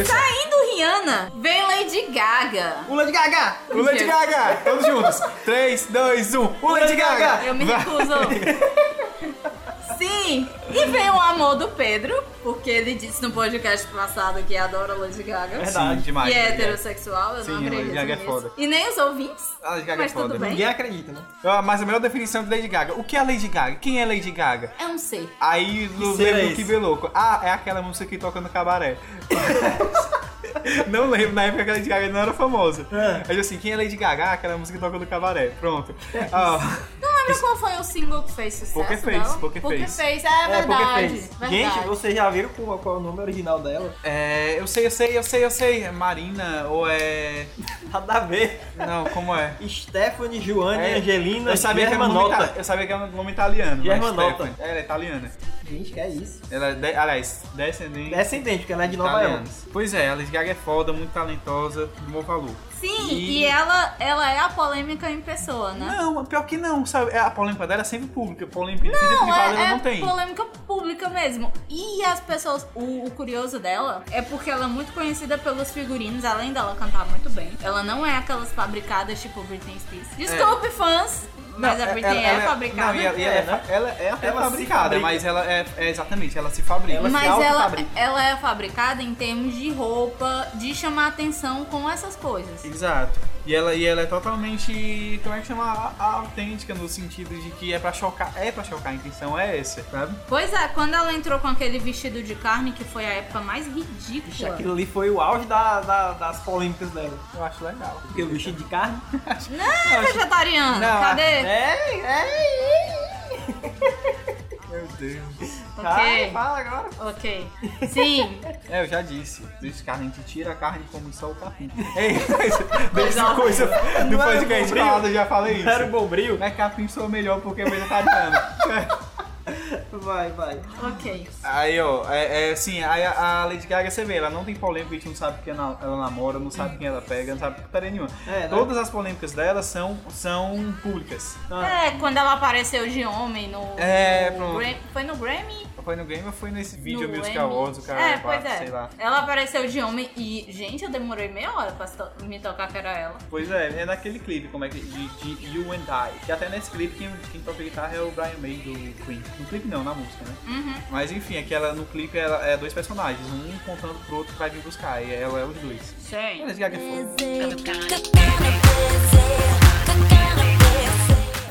E: Saindo Rihanna, vem Lady Gaga.
B: Pula de gaga!
C: O Lady Gaga! Todos juntos! 3, 2, 1, o Lady Gaga!
E: Eu me
C: Vai.
E: recuso. Sim, e vem o amor do Pedro, porque ele disse no podcast passado que adora Lady Gaga.
C: Sim, demais.
E: E é heterossexual, eu
C: Sim,
E: não
C: Lady
E: acredito
C: Gaga é
E: nisso.
C: foda.
E: E nem os ouvintes.
C: A Lady Gaga
E: mas
C: é foda.
E: tudo bem.
B: Ninguém acredita, né?
C: Ah, Mas a melhor definição de Lady Gaga. O que é Lady Gaga? Quem é Lady Gaga?
E: É um ser.
C: Aí não
B: será
C: lembro do
B: isso?
C: que bem louco. Ah, é aquela música que toca no cabaré. <laughs> não lembro, na época que a Lady Gaga não era famosa.
B: É.
C: Mas assim, quem é Lady Gaga? Ah, aquela música que toca no cabaré. Pronto. Ah,
E: Não lembro qual foi o single que fez sucesso.
C: Poker Face,
E: não?
C: Poker Face.
E: Face, é, verdade.
B: Poker Face.
E: verdade.
B: Gente, vocês já viram qual, qual é o nome original dela?
C: é, eu sei, eu sei, eu sei, eu sei. É Marina ou é.
B: Nada a ver.
C: Não, como é?
B: Stephanie, Joane,
C: É,
B: Angelina,
C: Eu sabia, que era um nome
B: Germanota.
C: ita- eu sabia que era um nome italiano. mas
B: Germanota.
C: Stephanie. Ela é italiana.
B: Gente, que é isso?
C: Ela é, de, aliás, descendente.
B: Descendente, porque ela é de Nova
C: italiana.
B: York.
C: Pois é, a Lady Gaga é foda, muito talentosa, de bom valor.
E: Sim,
C: E-
E: e, ela, ela é a polêmica em pessoa, né?
C: Não, pior que não, sabe? A polêmica dela é sempre pública, polêmica tipo de vida privada
E: é,
C: ela não
E: é
C: tem.
E: polêmica pública mesmo. E as pessoas. O, o curioso dela é porque ela é muito conhecida pelos figurinos, além dela cantar muito bem. Ela não é aquelas fabricadas tipo Britney Spears.
C: É.
E: Desculpe, fãs, mas a Britney é, fabricada.
C: Não, e ela, e ela,
B: É, né?
C: ela é até
B: Ela se
C: fabricada,
B: fabrica.
C: mas ela é, é exatamente, ela se fabrica.
B: Ela-
E: Mas
B: se
E: ela,
B: autofabrica.
E: ela é fabricada em termos de roupa, de chamar atenção com essas coisas.
C: Exato. E ela, e ela é totalmente, como é que chama? A- a- autêntica no sentido de que é pra chocar, é pra chocar, a intenção é essa, sabe?
E: Pois é, quando ela entrou com aquele vestido de carne, que foi a época mais
B: Ixi,
E: ridícula.
B: aquilo ali foi o auge da- da- das polêmicas dela.
C: Eu acho legal.
B: Porque o vestido de carne.
E: Vegetariano,
C: Não,
E: é cadê?
B: É, é, é.
C: Meu Deus.
B: Ai,
E: Ok,
B: fala agora.
E: ok.
C: <laughs>
E: Sim,
C: É, eu já disse. Desde carne, a gente tira a carne e come só o capim. É <laughs> isso. Desde coisa do
B: Não era
C: podcast
B: bombril?
C: falado, eu já falei isso.
B: Era um o bombril?
C: Mas capim sou melhor porque é vegetariano.
B: Vai, vai.
E: ok.
C: Aí, ó, é, é assim, aí a, a Lady Gaga, você vê, ela não tem polêmica, a gente não sabe quem ela, ela namora, não sabe quem ela pega, não sabe porcaria nenhuma.
B: É, né?
C: Todas as polêmicas dela são, são públicas.
E: É, quando ela apareceu de homem no.
C: Ah. É,
E: no
C: pronto.
E: Gra- Foi no Grammy?
C: Foi no game ou foi nesse vídeo
E: no
C: Music
E: Emmy.
C: Awards, o cara
E: É, pois é.
C: sei lá.
E: Ela apareceu de homem e, gente, eu demorei meia hora pra se to- me tocar que era ela.
C: Pois é, é naquele clipe, como é que. De, de You and I. Que até nesse clipe quem, quem toca guitarra é o Brian May do Queen. No clipe não, na música, né?
E: Uhum.
C: Mas enfim, aquela no clipe ela é dois personagens, um contando pro outro que vai vir buscar. E ela é os dois.
E: Sim.
C: A Lady Gaga é foda.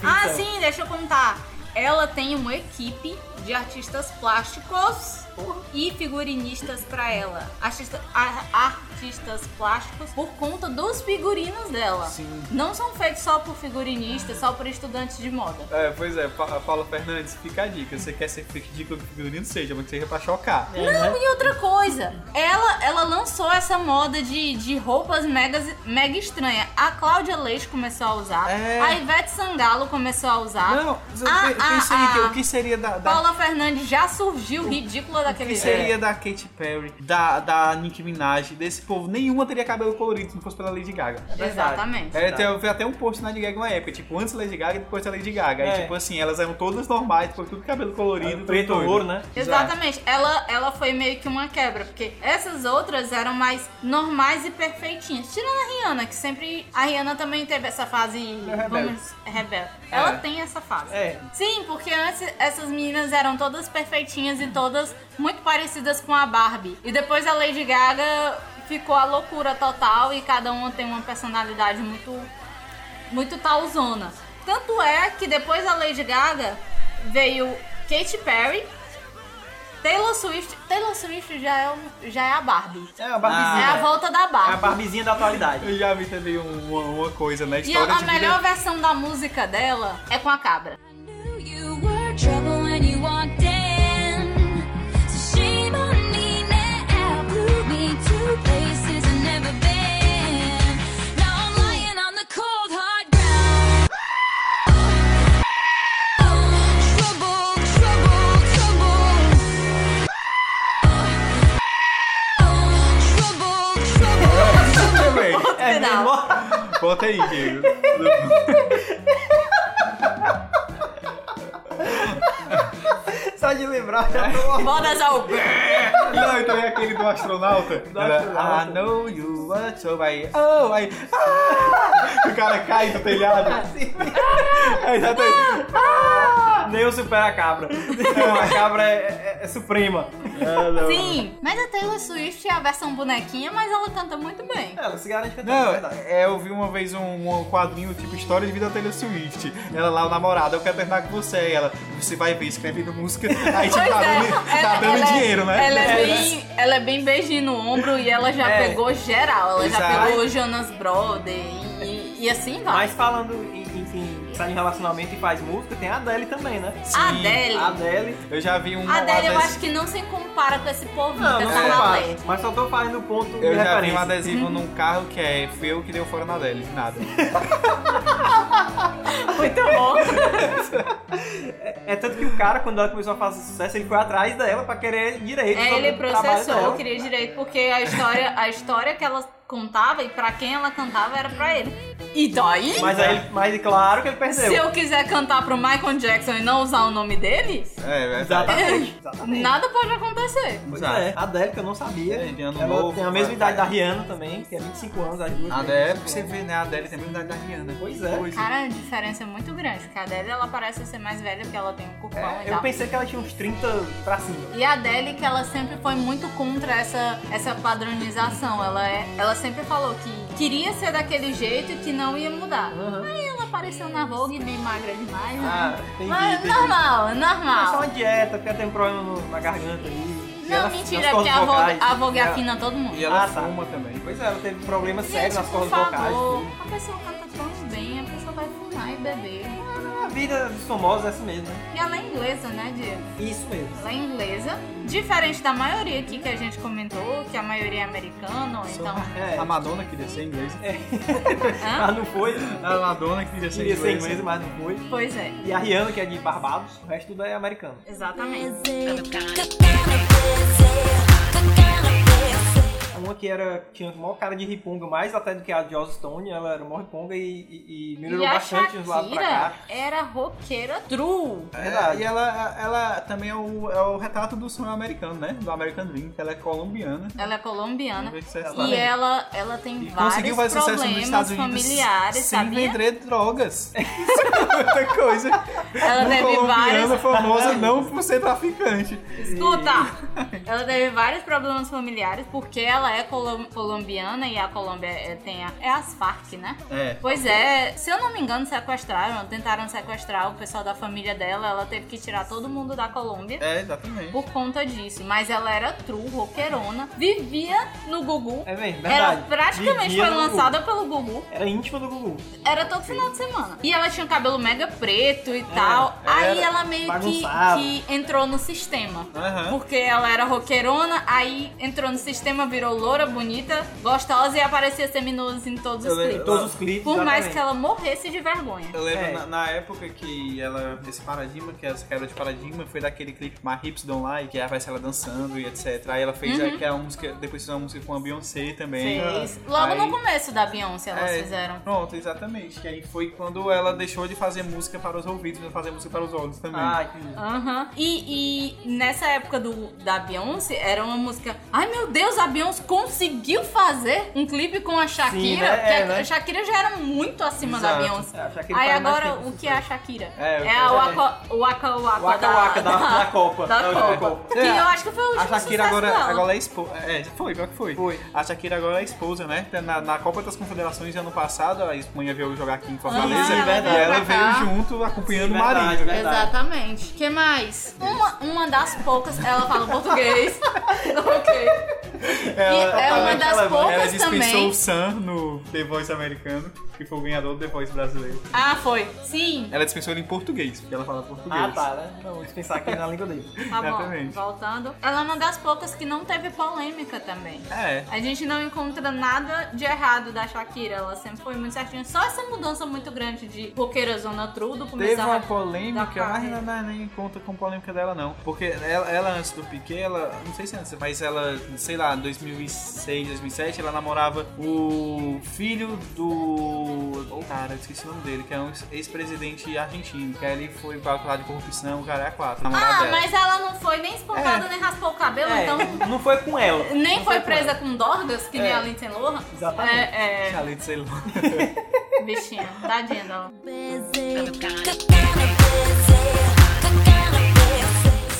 E: Ah, sim, deixa eu contar. Ela tem uma equipe de artistas plásticos e figurinistas pra ela. Artista- a- artistas plásticos por conta dos figurinos dela.
C: Sim.
E: Não são feitos só por figurinistas, só por estudantes de moda.
C: É, pois é, Pa- Paula Fernandes, fica a dica. Você quer ser ridículo que figurino seja, mas que seja pra chocar.
E: Não, e outra coisa, ela, ela lançou essa moda de, de roupas megas, mega estranha. A Cláudia Leite começou a usar,
C: É.
E: a Ivete Sangalo começou a usar.
C: Não, você
E: Ah,
C: pe-
E: ah,
C: pensa aí, que-
E: ah.
C: o que seria da. da...
E: Paula Fernandes já surgiu ridícula
C: o
E: daquele
C: que
E: jeito.
C: seria da Katy Perry, da, da Nicki Minaj, desse povo? Nenhuma teria cabelo colorido se não fosse pela Lady Gaga.
E: Exatamente.
C: É,
B: Tá.
C: tem, eu vi até um post na Lady Gaga uma época, tipo, antes da Lady Gaga e depois da Lady Gaga.
B: É.
C: Aí, tipo assim, elas eram todas normais, tipo, tudo cabelo colorido,
B: Preto
C: tudo
B: ou ouro, né?
E: Exatamente. Ela, ela foi meio que uma quebra, porque essas outras eram mais normais e perfeitinhas. Tirando a Rihanna, que sempre. A Rihanna também teve essa fase.
C: É rebelde.
E: Vamos, é rebelde. Ela tem essa fase.
B: É.
E: Sim, porque antes essas meninas eram todas perfeitinhas e todas muito parecidas com a Barbie. E depois a Lady Gaga ficou a loucura total e cada uma tem uma personalidade muito muito talzona. Tanto é que depois da Lady Gaga veio Katy Perry, Taylor Swift. Taylor Swift já é, um- já é a Barbie.
B: É a
E: é a
B: barbizinha.
E: volta da
B: é a
E: Barbie.
B: barbizinha da atualidade.
C: Eu já vi também uma, uma coisa na
E: e
C: história
E: a, a
C: de vida-
E: melhor versão da música dela é com a cabra.
F: Knew you were trouble when you walked in. So shame on me now. Blew me to places I've never been. Now I'm lying on the cold hard ground. Oh, Trouble, trouble, Oh, trouble. Trouble,
E: <laughs>
F: trouble.
C: Também.
B: É
E: Pedal.
B: mesmo?
C: Bota aí, Diego.
B: Só de lembrar, já tô...
E: Bodas
B: <laughs>
E: ao
C: Não, então é aquele do astronauta. Era,
B: astronauta.
C: I know you were so by. Oh, aí. <laughs> Ah! O cara cai do telhado. <laughs> Aí tá já tem.
B: Nem o supera a cabra. a cabra é, é- é suprema. É,
E: Sim, mas a Taylor Swift é a versão bonequinha, mas ela canta muito bem.
B: Ela se garante que eu tô, é
C: Não,
B: verdade.
C: é, eu vi uma vez um, um quadrinho tipo História de Vida da Taylor Swift. Ela lá, o namorado, eu quero terminar com você. Aí ela, você vai ver
E: <laughs>
C: escrevendo música. Aí tipo, tá dando, tá
E: é, Ela-
C: dando
E: ela é-
C: dinheiro, né?
E: Ela é, bem, ela é bem beijinho no ombro e ela já
B: É.
E: pegou geral. Ela já
C: Exato.
E: pegou o Jonas Brother e, e- e assim vai.
B: Mas falando em, em quem sai em relacionamento e faz música, tem a Adele também, né?
E: A Adele.
B: A Adele.
C: Eu já vi um.
E: A Adele eu
C: adesivo-
E: acho que não se compara com esse tá povinho,
B: Não,
E: com
B: não
E: essa
B: é <laughs>
E: ralé.
B: fácil. Mas só tô fazendo o ponto de
C: Eu já vi um
B: referência.
E: Uhum.
C: adesivo num carro que é fui eu que deu fora na Adele,
E: <laughs>
C: nada.
E: Muito bom.
B: É tanto que o cara, quando ela começou a fazer sucesso, ele foi atrás dela pra querer direito.
E: É,
B: sobre
E: ele
B: o trabalho
E: processou,
B: dela.
E: queria direito, porque a história, a história que ela contava e pra quem ela cantava era pra ele. E daí?
B: Mas, aí, ele- mas é claro que ele perdeu.
E: Se eu quiser cantar pro Michael Jackson e não usar o nome dele,
C: É, é verdade.
B: Exatamente. Exatamente.
E: nada pode acontecer.
B: Pois
C: Exato.
B: é. A Adele, que eu não sabia.
C: É, de ano
B: ela
C: novo,
B: tem a mesma
C: vai-
B: idade da Rihanna também, que é 25 anos, as duas.
C: A
B: têm
C: Adele,
B: 25
C: você
B: anos.
C: vê, né? A Adele tem a mesma idade da Rihanna.
B: Pois é.
E: Cara, a diferença é muito grande, porque a Adele ela parece ser mais velha porque ela tem um corpão
B: É,
E: e
B: eu
E: tal.
B: pensei que ela tinha uns 30 pra cima.
E: E a Adele, que ela sempre foi muito contra essa, essa padronização. Ela, é, ela sempre falou que queria ser daquele jeito e que não ia mudar. Aí ela apareceu na Vogue meio magra demais. né?
B: Ah, entendi.
E: Mas
B: entendi.
E: normal,
B: É só
E: normal.
B: uma dieta, porque ela tem um problema no- na garganta ali.
E: Não, mentira, porque a Vogue, a Vogue afina todo mundo.
C: E ela
B: Ah, tá.
C: fuma também.
B: Pois é, ela teve problema sério
E: Gente,
B: nas
E: por
B: cordas vocais.
E: favor,
B: tudo.
E: a pessoa canta tão bem, a pessoa vai fumar e beber.
B: A vida dos famosos é assim mesmo, né?
E: E ela é inglesa, né, Diego?
B: Isso mesmo.
E: Ela é inglesa, diferente da maioria aqui que a gente comentou, que a maioria é americana, ou então.
B: É.
C: A Madonna queria ser inglesa.
E: Hã?
B: Ah, não foi.
C: A Madonna queria ser
B: Queria
C: inglesa.
B: ser inglesa, mas não foi.
E: Pois é,
B: E a Rihanna, que é de Barbados, o resto tudo é americano.
E: exatamente.
B: Uma que era, tinha maior cara de riponga, mais até do que a Joss Stone, ela era mó riponga e, e, e melhorou
E: E a
B: bastante de lá pra cá.
E: Shakira era roqueira true.
B: É verdade.
C: E ela, ela também é o, é o retrato do sonho americano, né? Do American Dream, que ela é colombiana.
E: Ela é colombiana.
C: Vamos ver se é essa
E: E
C: daí.
E: ela, ela tem
C: E conseguiu
E: vários
C: fazer sucesso nos Estados
E: problemas
C: Unidos
E: familiares,
C: sem
E: sabia?
C: vender
E: <laughs>
C: drogas. <laughs> Isso é outra coisa.
E: Ela
C: Um
E: teve
C: colombiano <laughs>
E: vários.
C: famosa não por ser traficante.
E: Escuta! Ela teve vários problemas familiares porque ela é colom- colombiana e a Colômbia é, tem a, é as Farc, né?
C: É.
E: Pois é, se eu não me engano, sequestraram, tentaram sequestrar o pessoal da família dela, ela teve que tirar todo mundo da Colômbia.
C: É, exatamente.
E: Por conta disso, mas ela era true, roqueirona, vivia no Gugu.
B: É mesmo,
E: Ela
B: verdade.
E: praticamente
B: Vivia
E: foi
B: no Gugu.
E: lançada pelo Gugu.
B: Era íntima do Gugu.
E: Era todo final de semana. E ela tinha um cabelo mega preto e tal. Aí
C: era
E: ela meio que,
B: É, bagunçada.
E: que entrou no sistema.
C: Aham.
E: Porque ela era roqueirona, aí entrou no sistema, virou loura, bonita, gostosa e aparecia seminuas em todos
C: Eu
E: os
C: lembro-
E: clipes.
B: Todos os clipes.
E: Por mais
B: exatamente.
E: que ela morresse de vergonha.
C: Eu lembro
B: É.
C: na, na época que ela, esse paradigma, que essa quebra de paradigma foi daquele clipe My Hips Don't Lie, que aparece ela dançando e etc. Aí ela fez aquela música, depois fez uma música com a Beyoncé também.
E: Uhum. Fez. Logo
C: Aí-
E: no começo da Beyoncé elas
C: É,
E: fizeram.
C: Pronto, exatamente. Que aí foi quando ela deixou de fazer música para os ouvidos e fazer música para os olhos também.
B: Ah, que...
E: Aham. E, e nessa época do, da Beyoncé, era uma música. Ai meu Deus, a Beyoncé conseguiu fazer um clipe com a Shakira.
B: Sim, né?
E: porque
B: É,
E: a
B: né?
E: Shakira já era muito acima da
C: Exato.
E: Beyoncé.
B: É, a Shakira
E: Aí
B: faz mais né?
E: agora,
B: tempo
E: o
B: que
E: que é a Shakira?
C: É,
E: a
C: eu-
E: Waka Waka, Waka,
B: O Waka Waka da,
E: <laughs>
B: da, Copa.
E: da
B: Não,
E: Copa. Que
B: É.
E: eu acho que foi o
C: A
E: último
C: Shakira
E: sucesso
C: agora,
E: dela.
C: agora é esposa. É, foi, pior que foi.
B: Foi.
C: A Shakira agora é esposa, né? Na, na Copa das Confederações ano passado, a Espanha veio jogar aqui em Fortaleza.
E: Aham, ela
C: e
E: veio
C: ela
E: pra cá.
C: veio junto acompanhando o
B: Verdade,
C: marido.
B: verdade.
E: Exatamente. que mais? Uma, uma das poucas, ela fala <laughs> português. ok.
C: Ela-
E: e é uma
B: ela-
E: das
B: ela-
C: Ela
E: poucas
C: dispensou
E: também.
C: o Sam no The Voice americano, que foi o ganhador do The Voice brasileiro.
E: Ah, foi. Sim.
C: Ela dispensou ele em português, porque ela fala português.
B: Ah, tá, né? Não, vou dispensar aqui na língua dele.
E: Tá bom,
C: Exatamente.
E: voltando. Ela é uma das poucas que não teve polêmica também.
C: É.
E: A gente não encontra nada de errado da Shakira, ela sempre foi muito certinha. Só essa mudança muito grande de roqueira zona true do começo
C: Teve
E: ao-
C: uma
E: da
C: polêmica, mas
E: carreira.
C: não, não, nem conta com polêmica dela não. Porque ela, ela antes do Piquet, ela, não sei se antes, mas ela, sei lá, 2006, 2007, ela namorava o filho do... Oh, cara, eu esqueci o nome dele, que é um ex-presidente argentino, que aí ele foi pra lá de corrupção, o cara é a quatro, namorado
E: Ah,
C: dela.
E: mas ela não foi nem espancada,
C: É.
E: nem raspou o cabelo, <laughs>
B: É,
E: então
B: não foi com ela.
E: nem
B: Não
E: foi
B: com
E: presa
B: ela.
E: com dorgas, que nem
B: É.
E: a Lindsay Lohan.
B: Exatamente.
E: É,
C: Além de ser louco.
E: é, bichinha, tadinha dela.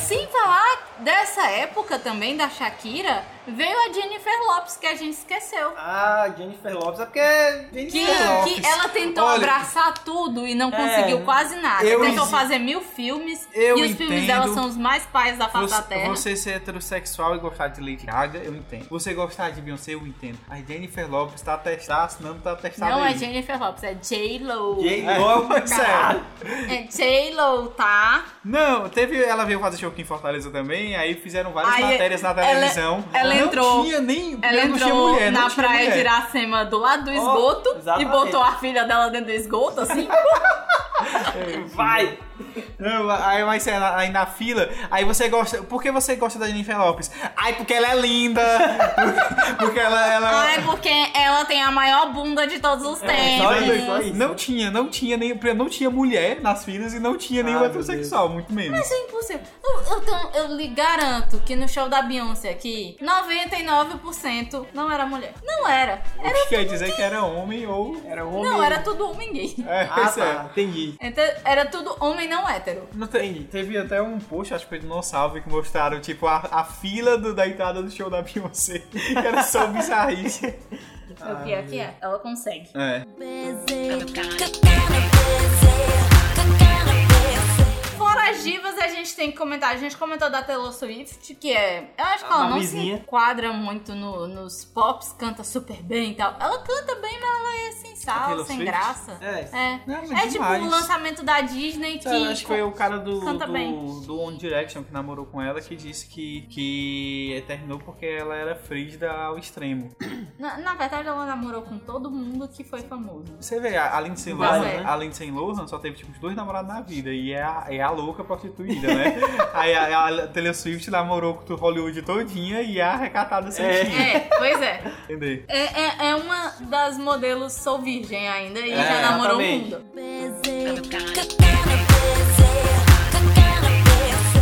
E: Sem falar dessa época também da Shakira, veio a Jennifer Lopes, que a gente esqueceu.
B: Ah, Jennifer Lopes é porque
E: Que,
B: Jennifer Lopes.
E: que ela tentou
C: Olha- É.
E: abraçar tudo e não conseguiu quase nada.
C: eu
E: Tentou
C: enti-
E: fazer mil filmes
C: eu
E: e os filmes dela
C: entendo.
E: são os mais pais da face da
C: Você,
E: terra.
C: você ser heterossexual e gostar de Lady Gaga, eu entendo. Você gostar de Beyoncé, eu entendo. A Jennifer Lopes tá testada, assinando, tá testada
E: Não
C: aí.
E: é Jennifer Lopes, é J-Lo.
B: J-Lo,
C: É, sério.
E: É J-Lo, tá?
C: Não, teve. Ela veio fazer show aqui em Fortaleza também, aí fizeram várias
E: Aí,
C: matérias na
E: ela-
C: televisão.
E: ela
C: não
E: entrou-
C: tinha nem.
E: Ela
C: não tinha
E: entrou
C: mulher,
E: na
C: não tinha
E: praia
C: mulher.
E: de Iracema do lado do esgoto e
B: exatamente.
E: botou a filha dela dentro do esgoto,
C: <laughs>
E: assim.
B: Vai!
C: Não, aí, mas, é, aí na fila, aí você gosta. Por que você gosta da Jennifer Lopes? Ai, porque ela é linda! <laughs> porque ela. é ela...
E: Ai, porque ela tem a maior bunda de todos
C: É,
E: os
B: só
E: tempos.
B: isso, só isso.
C: Não tinha, não tinha nem. Não tinha mulher nas filas e não tinha nenhum
B: meu
C: heterossexual, muito menos.
E: Isso é impossível. Eu, eu, tenho- eu lhe garanto que no show da Beyoncé aqui, 99% não era mulher. Não era. Era-
C: O que quer dizer que era um homem ou.
B: Era homem.
E: não, era tudo homem gay.
C: É,
B: Ah,
C: isso é.
B: tá, entendi.
E: Então, era tudo homem não hétero.
C: Não tem, teve até um post, acho que foi do Salve, que mostraram, <laughs> tipo, a, a fila do- da entrada do show da Beyoncé. Era só bizarrice.
E: O pior que é, ela consegue.
C: É.
E: Fora as divas, a gente tem que comentar. A gente comentou da Taylor Swift, que é. Eu acho que ela
B: Uma
E: não
B: ruizinha.
E: se enquadra muito no- nos pops, canta super bem e tal. Ela canta bem, mas ela é sem
C: A
E: sal,
C: Taylor
E: sem
C: Swift?
E: graça.
B: É,
E: É.
C: Não, mas
E: É tipo
C: demais.
E: o lançamento da Disney que.
C: Eu acho que foi o cara do,
E: Canta bem.
C: do, do One Direction que namorou com ela que disse que, que terminou porque ela era frígida ao extremo.
E: na, na verdade, ela namorou com todo mundo que foi famoso.
C: Você vê, a a Lindsay
E: Vai,
C: Lohan,
E: né?
C: a Lindsay Lohan só teve tipo uns dois namorados na vida e é a, é a louca prostituída, <laughs> né? Aí a, a Taylor Swift namorou com o Hollywood todinha e a recatada sem é.
E: É, pois é.
C: Entendeu?
E: É, é, é uma das modelos sou virgem ainda e já
B: É,
E: namorou o
B: exatamente.
E: mundo.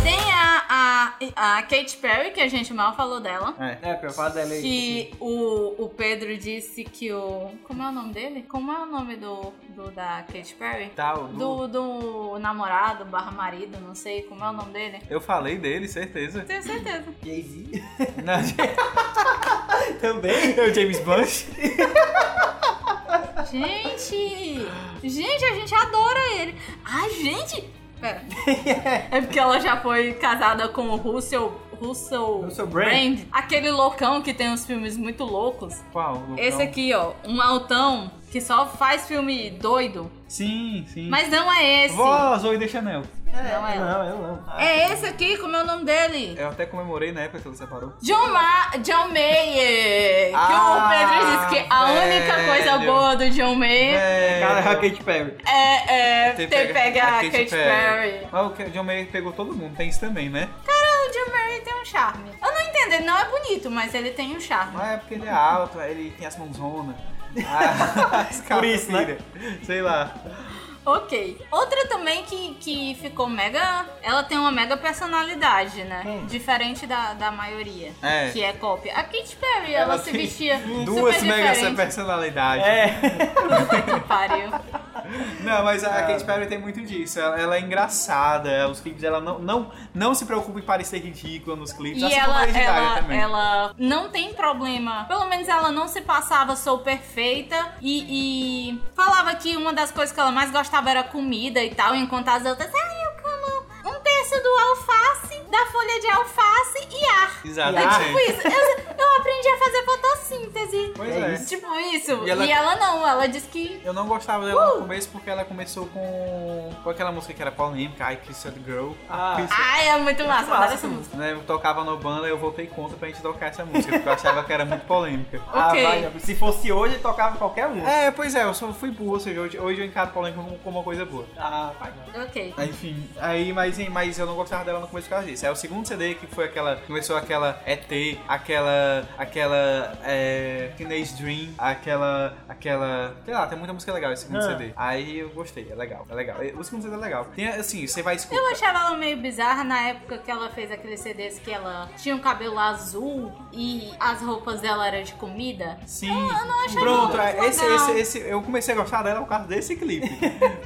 E: Tem a, a, a Kate Perry, que a gente mal falou dela.
C: É.
B: É, pelo fato dela aí.
E: Que o, o Pedro disse que o. Como é o nome dele? Como é o nome do, do da Kate Perry?
C: Tal,
E: Do,
C: do-
E: do namorado, barra marido, não sei como é o nome dele.
C: Eu falei dele, certeza. <laughs>
E: Tenho certeza.
B: Jay-Z. <laughs>
C: Na-
B: Também.
C: É o James Blunt.
E: Gente! Gente, a gente adora ele. Ai, gente! Pera. É porque ela já foi casada com o Russell. Russell,
B: Russell Brand.
E: Aquele loucão que tem uns filmes muito loucos.
C: Qual? Lucão?
E: Esse aqui, ó, um altão que só faz filme doido.
C: Sim, sim.
E: Mas não é esse.
C: Vó, Zoe de Chanel.
E: Não é.
B: Não, eu não.
E: É esse aqui, como é o nome dele?
C: Eu até comemorei na época que ele separou.
E: John, Ma John Mayer! Que
C: Ah,
E: o Pedro disse que a única coisa
C: velho.
E: boa do John Mayer
C: É,
B: Cara, é a Katy Perry.
E: é, é ter, pega a Katy Perry.
C: Mas Ah, o Ke- John Mayer pegou todo mundo, tem isso também, né?
E: O Jim Murray tem um charme. Eu não entendo, ele não é bonito, mas ele tem um charme.
C: Mas é porque ele é alto, aí ele tem as mãozonas. Ah, <laughs> as
B: Por isso, né?
C: cabeças, Sei lá.
E: Ok. Outra também que, que ficou mega. Ela tem uma mega personalidade, né?
C: Hum.
E: Diferente da, da maioria.
C: É.
E: Que é cópia. A Katy Perry, ela, se
C: tem
E: vestia.
C: Duas
E: super
C: mega
E: diferente.
C: personalidades.
B: É.
E: Que pariu.
C: Não, mas a Katy Perry tem muito disso. Ela, ela é engraçada. Os clipes dela não, não, não se preocupa em parecer ridícula nos clipes.
E: E
C: assim como a
E: ela,
C: Lady Gaga
E: ela, é
C: também.
E: ela não tem problema. Pelo menos ela não se passava, sou perfeita. E, e falava que uma das coisas que ela mais gostava era comida e tal. Enquanto as outras, ah, eu como um terço do alface, da folha de alface e ar.
C: Exato.
E: É
C: sim.
E: tipo isso. Eu, eu aprendi a fazer fotossíntese.
C: Pois é.
E: Tipo isso.
C: E
E: E
C: ela-
E: ela, não, ela disse que.
C: Eu não gostava dela
E: Uh!
C: no começo porque ela começou com, com aquela música que era polêmica, I Kissed a Girl.
B: Ah.
C: Kiss-
E: Ai, é muito massa, adoro essa música.
C: né, eu tocava no banda e eu voltei contra pra gente tocar essa música, porque eu achava que era muito polêmica.
B: Ah,
E: Ok.
B: vai, se fosse hoje, tocava qualquer um.
C: É, pois é, eu só fui burro, ou seja, hoje, hoje eu encaro polêmica como, como uma coisa boa.
B: Ah, vai. não.
E: Ok.
C: Aí, Enfim, aí, mas, mas eu não gostava dela no começo por causa disso. Aí o segundo CD que foi aquela. Começou aquela ET, aquela. aquela. É, Teenage Dream, aquela. aquela. Sei lá, tem muita música legal esse segundo
B: Ah.
C: CD. Aí eu gostei, é legal, é legal. O segundo CD é legal. Tem assim, você vai escutar.
E: Eu achava ela meio bizarra na época que ela fez aqueles CDs que ela tinha um cabelo azul e as roupas dela eram de comida.
C: Sim.
E: achei
C: Pronto,
E: muito
C: é, esse,
E: legal.
C: esse, esse, eu comecei a gostar dela por causa desse
E: <laughs>
C: clipe.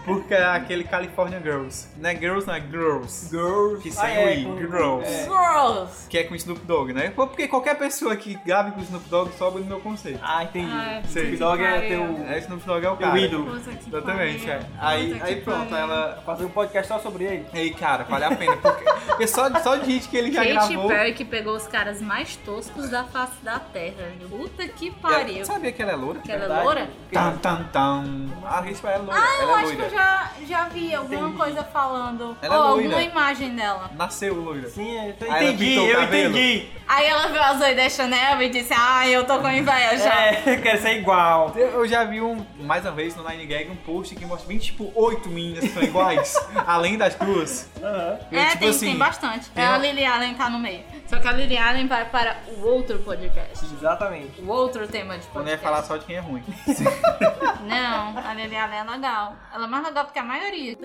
C: porque é aquele California Girls. Não é Girls, não é Girls.
B: Girls.
C: Que sem
B: Ah, é,
C: o I,
B: com-
C: Girls.
B: é.
E: Girls!
C: Que é com Snoop Dogg, né? Porque qualquer pessoa que grave com Snoop Dogg sobe no meu conceito.
B: Ah, entendi.
E: Ai,
B: Snoop
C: que
B: Dogg é
E: pariu.
B: teu,
C: É, Snoop Dogg é o
B: teu
C: cara.
B: ídolo.
E: Puta que
C: Exatamente,
E: pariu.
C: é. Aí,
E: Puta
C: aí
E: que
C: pronto,
E: pariu.
C: ela...
B: Fazer um podcast só sobre ele.
C: Ei, cara, vale a pena. Porque, porque só, só de hit que ele já
E: Katy
C: gravou...
E: Perry que pegou os caras mais toscos da face da terra. viu? Puta que
C: Ela-
E: pariu.
C: Sabia que ela é loura?
E: Que ela é
B: Verdade.
E: loura? Ah,
C: Tam, tam, tam. A Katy Perry é loira.
E: Eu
C: ela é
E: acho que eu
C: loira.
E: já, já vi alguma coisa falando.
C: Ela é
E: Ou
C: loira.
E: alguma imagem dela.
C: Nasceu loira.
B: Sim, assim, é, eu entendi,
C: ela pintou o
B: eu
C: cabelo.
B: entendi.
E: Aí ela viu a Zoe da Chanel e disse, ai, eu tô com inveja.
B: É, <laughs> eu quero ser igual.
C: Eu já vi um, mais uma vez no Nine Gag um post que mostra bem tipo oito meninas que
E: <laughs>
C: são iguais, além das duas.
B: Aham.
C: E,
E: É,
C: tipo
E: tem,
C: assim,
E: tem bastante.
C: tem
E: é,
C: uma-
E: a Lily Allen tá no meio. Só que a Lily Allen vai para o outro podcast.
B: Exatamente.
E: O outro tema de
C: Eu não ia
E: podcast.
C: falar só de quem
E: <laughs>
C: é ruim.
E: Não, a Lily Allen é legal. Ela é mais legal do que a maioria.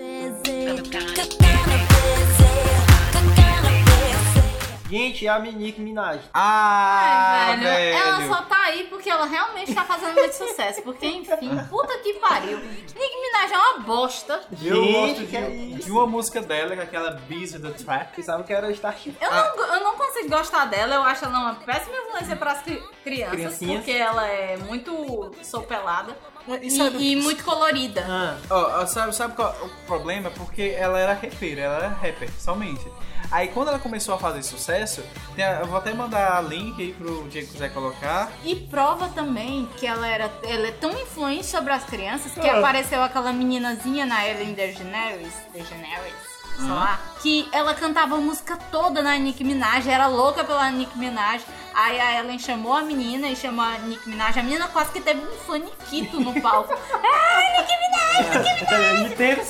B: Gente, é a Minique Minaj.
C: Ah,
E: Ai,
C: velho.
E: Ela só tá aí porque ela realmente tá fazendo muito sucesso. Porque,
C: <laughs>
E: enfim, puta que pariu. Nicki Minaj é uma bosta.
C: Eu
B: Gente,
C: gosto
B: que é
C: de,
B: isso?
C: de uma música dela, que é aquela Busy the Trap.
B: Pensava que era Starship.
C: Ah.
E: Eu, não, eu não consigo gostar dela. Eu acho ela uma péssima influencer pras cri- crianças,
B: Criancinhas.
E: porque ela é muito sopelada
C: E
E: e,
C: sabe-
E: e muito colorida.
B: Ah,
C: Ó, ó, sabe, sabe qual é o problema? Porque ela era rapeira, ela era rapper, somente. Aí quando ela começou a fazer sucesso, tem a- eu vou até mandar link aí pro Diego que quiser colocar.
E: E prova também que ela, era, ela é tão influente sobre as crianças que apareceu aquela meninazinha na Ellen DeGeneres, DeGeneres sei lá, que ela cantava a música toda na Nick Minaj, era louca pela Nick Minaj. Aí a Ellen chamou a menina e chamou a Nick Minaj. A menina quase que teve um faniquito no palco. <laughs> ah, Nick Minaj!
B: me tenta.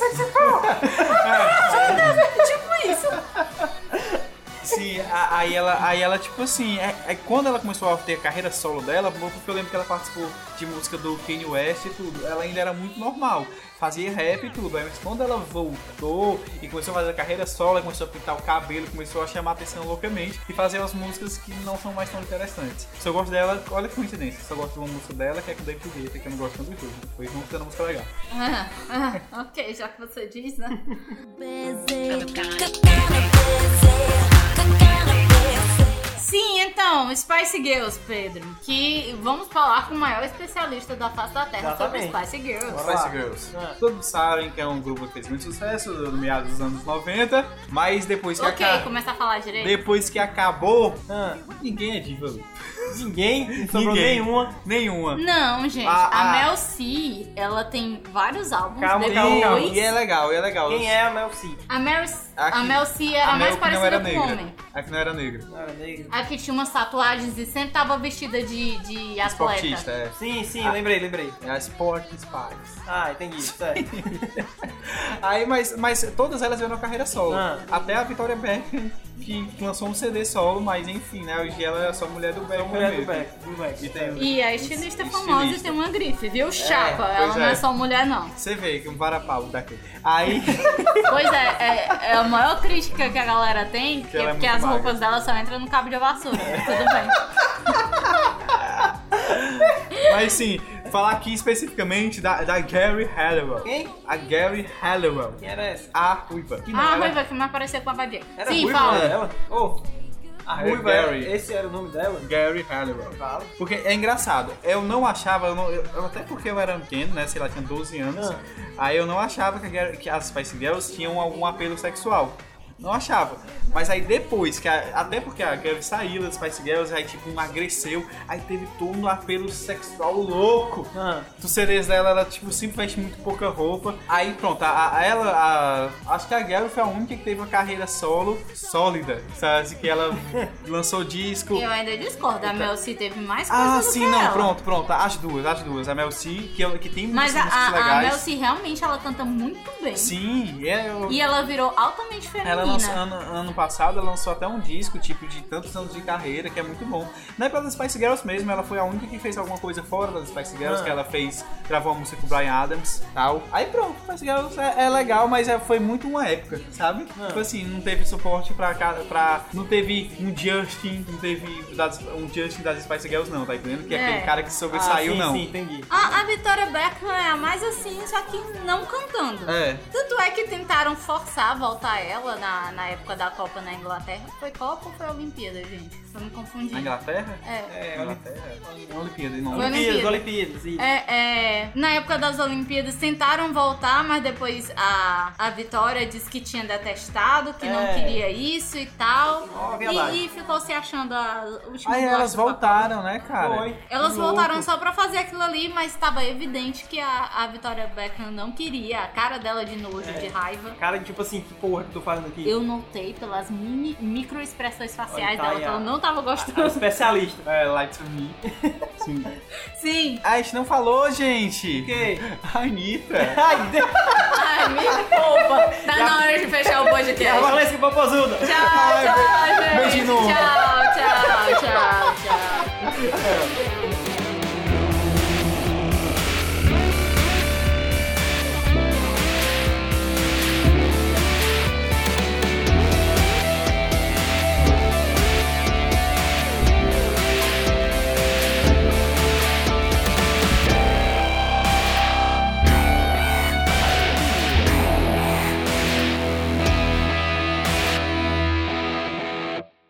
E: Tipo isso.
C: Sim, a- aí ela, aí ela tipo assim, é, é quando ela começou a ter a carreira solo dela, porque eu lembro que ela participou de música do Kanye West e tudo, ela ainda era muito normal, fazia rap e tudo, aí, mas quando ela voltou e começou a fazer a carreira solo, ela começou a pintar o cabelo, começou a chamar atenção loucamente e fazer umas músicas que não são mais tão interessantes. Se eu gosto dela, olha que coincidência, se eu gosto de uma música dela, que é com o David Guetta, que eu não gosto tanto de tudo, foi uma música- uma música legal.
E: Ah, ah, ok, já que você diz, né? Sim, então, Spice Girls, Pedro. Que vamos falar com o maior especialista da face da Terra sobre
B: Exatamente.
E: Spice Girls.
C: Spice Girls.
B: Ah.
C: Todos sabem que é um grupo que fez muito sucesso no meados dos anos 90, mas depois que,
E: Ok,
C: aca-
E: começa a falar direito.
C: depois que acabou,
B: Ah,
C: ninguém é diva.
B: ninguém, sobrou nenhuma.
C: Nenhuma.
E: Não, gente,
C: Ah,
E: a
C: ah.
E: Mel C, ela tem vários álbuns
B: Calma,
E: depois.
B: calma, calma.
C: E é legal, e é legal.
B: Quem é a Mel C?
E: A, Mel, a
C: Aqui.
E: Mel C era
C: a Mel
E: mais
C: que não
E: parecida com
C: era
E: o
C: negra.
E: homem.
C: A que não era negra.
B: Ah, negra.
E: A que tinha umas tatuagens e sempre tava vestida de, de atleta.
C: Esportista, é.
B: Sim, sim, lembrei, lembrei.
C: É a Sport Spice.
B: Ah, entendi, certo.
C: <laughs> Aí, mas, mas todas elas vieram na carreira solo.
B: Ah.
C: Até a Victoria Beckham, que lançou um CD solo, mas enfim, né? Hoje ela é só mulher do Beckham.
B: Mulher do
C: mesmo.
B: Beck, do Beck.
C: E tem-
E: E a estilista
C: Estilista.
E: famosa tem uma grife, viu? Chapa.
C: pois
E: ela não é
C: é.
E: só mulher, não.
C: Você vê que um varapau daqui. Aí.
E: Pois é, é, é a maior crítica que a galera tem, que é
C: ela é
E: porque
C: muito
E: as
C: magra.
E: roupas dela só entram no cabo de vassoura.
C: <laughs>
E: mas Tudo bem.
C: Mas sim, falar aqui especificamente da, da Gary Halliwell.
B: Quem?
C: A Gary Halliwell.
B: Quem era essa?
C: A ruiva. Que
E: ah,
C: era-
E: mas vai que me apareceu com a vadia.
B: Era
E: Sim,
B: ruiva
E: fala.
B: ela? Oh, a
C: É
B: ruiva,
C: Gary.
B: esse era o nome dela?
C: Gary Halliwell.
B: Fala.
C: Porque é engraçado, eu não achava, eu não- eu- eu- até porque eu era pequeno, né? Sei lá, tinha 12 anos.
B: Ah.
C: Aí eu não achava que, a Gary- que as Spice Girls tinham algum apelo sexual. Não achava. Mas aí depois, que a- até porque a Gary saiu das Spice Girls, aí tipo emagreceu, aí teve todo um apelo sexual louco.
B: Ah,
C: Tu CDs dela, ela tipo, sempre veste muito pouca roupa. Aí pronto, a, a- ela, a- acho que a Gary foi a única que teve uma carreira solo sólida. Sabe? Que ela lançou disco.
E: Eu ainda discordo. A Mel C teve mais coisa
C: Ah,
E: do
C: sim,
E: que é
C: não,
E: ela.
C: pronto, pronto. tá, As duas, as duas. A Mel C, que, ela- que tem muitas
E: Mas a,
C: músicas
E: a, a
C: legais.
E: Mel C realmente ela canta muito bem.
C: Sim, é. eu-
E: E ela virou altamente feminina.
C: Ela lançou, ano, ano passado ela lançou até um disco, tipo, de tantos anos de carreira, que é muito bom. Na época das Spice Girls mesmo, ela foi a única que fez alguma coisa fora das Spice Girls,
B: Ah.
C: que ela fez, gravou uma música com o Brian Adams tal. Aí pronto, Spice Girls é, é legal, mas é- foi muito uma época, sabe?
B: Ah.
C: Tipo assim, não teve suporte pra, ca- pra. Não teve um Justin, não teve das- um Justin das Spice Girls, não, tá entendendo? Que é,
E: É.
C: aquele cara que sobressaiu,
B: sim,
C: não.
B: Sim, entendi.
E: A, a Victoria Beckham é a mais assim, só que não cantando.
C: É.
E: Tanto é que tentaram forçar a voltar ela na, na época da Copa na Inglaterra. Foi Copa ou foi Olimpíada, gente? Tô me
C: Na
E: confundindo.
C: Inglaterra?
E: É.
C: É, Inglaterra. Olimpíada, não.
E: Foi Olimpíadas.
B: Olimpíadas, Olimpíadas, isso.
E: É, é, na época das Olimpíadas tentaram voltar, mas depois a, a Vitória disse que tinha detestado, que não
B: É.
E: queria isso e tal.
B: Ó, verdade.
E: E, e ficou se achando a última
C: Aí elas voltaram, né, cara?
B: Foi.
E: Elas
C: Que louco.
E: voltaram só pra fazer aquilo ali, mas estava evidente que a, a Vitória Beckham não queria, a cara dela de nojo, de raiva.
B: Cara, tipo assim, que porra que eu tô fazendo aqui?
E: Eu notei pelas mini, microexpressões faciais
B: Olha, tá
E: dela
B: aí,
E: que ela
B: ó.
E: não tava
B: Sou <laughs>
E: gostando.
B: especialista.
C: É,
E: <laughs>
C: Light to Me. Sim.
E: Sim,
C: Ah, a gente não falou, gente.
B: Ok.
E: É.
C: A Anitta.
B: Ai, Deus.
E: ai, me poupa. Tá na hora de fechar o podcast.
B: <laughs> Valência Popozuda.
E: Tchau, tchau, gente.
C: Beijo no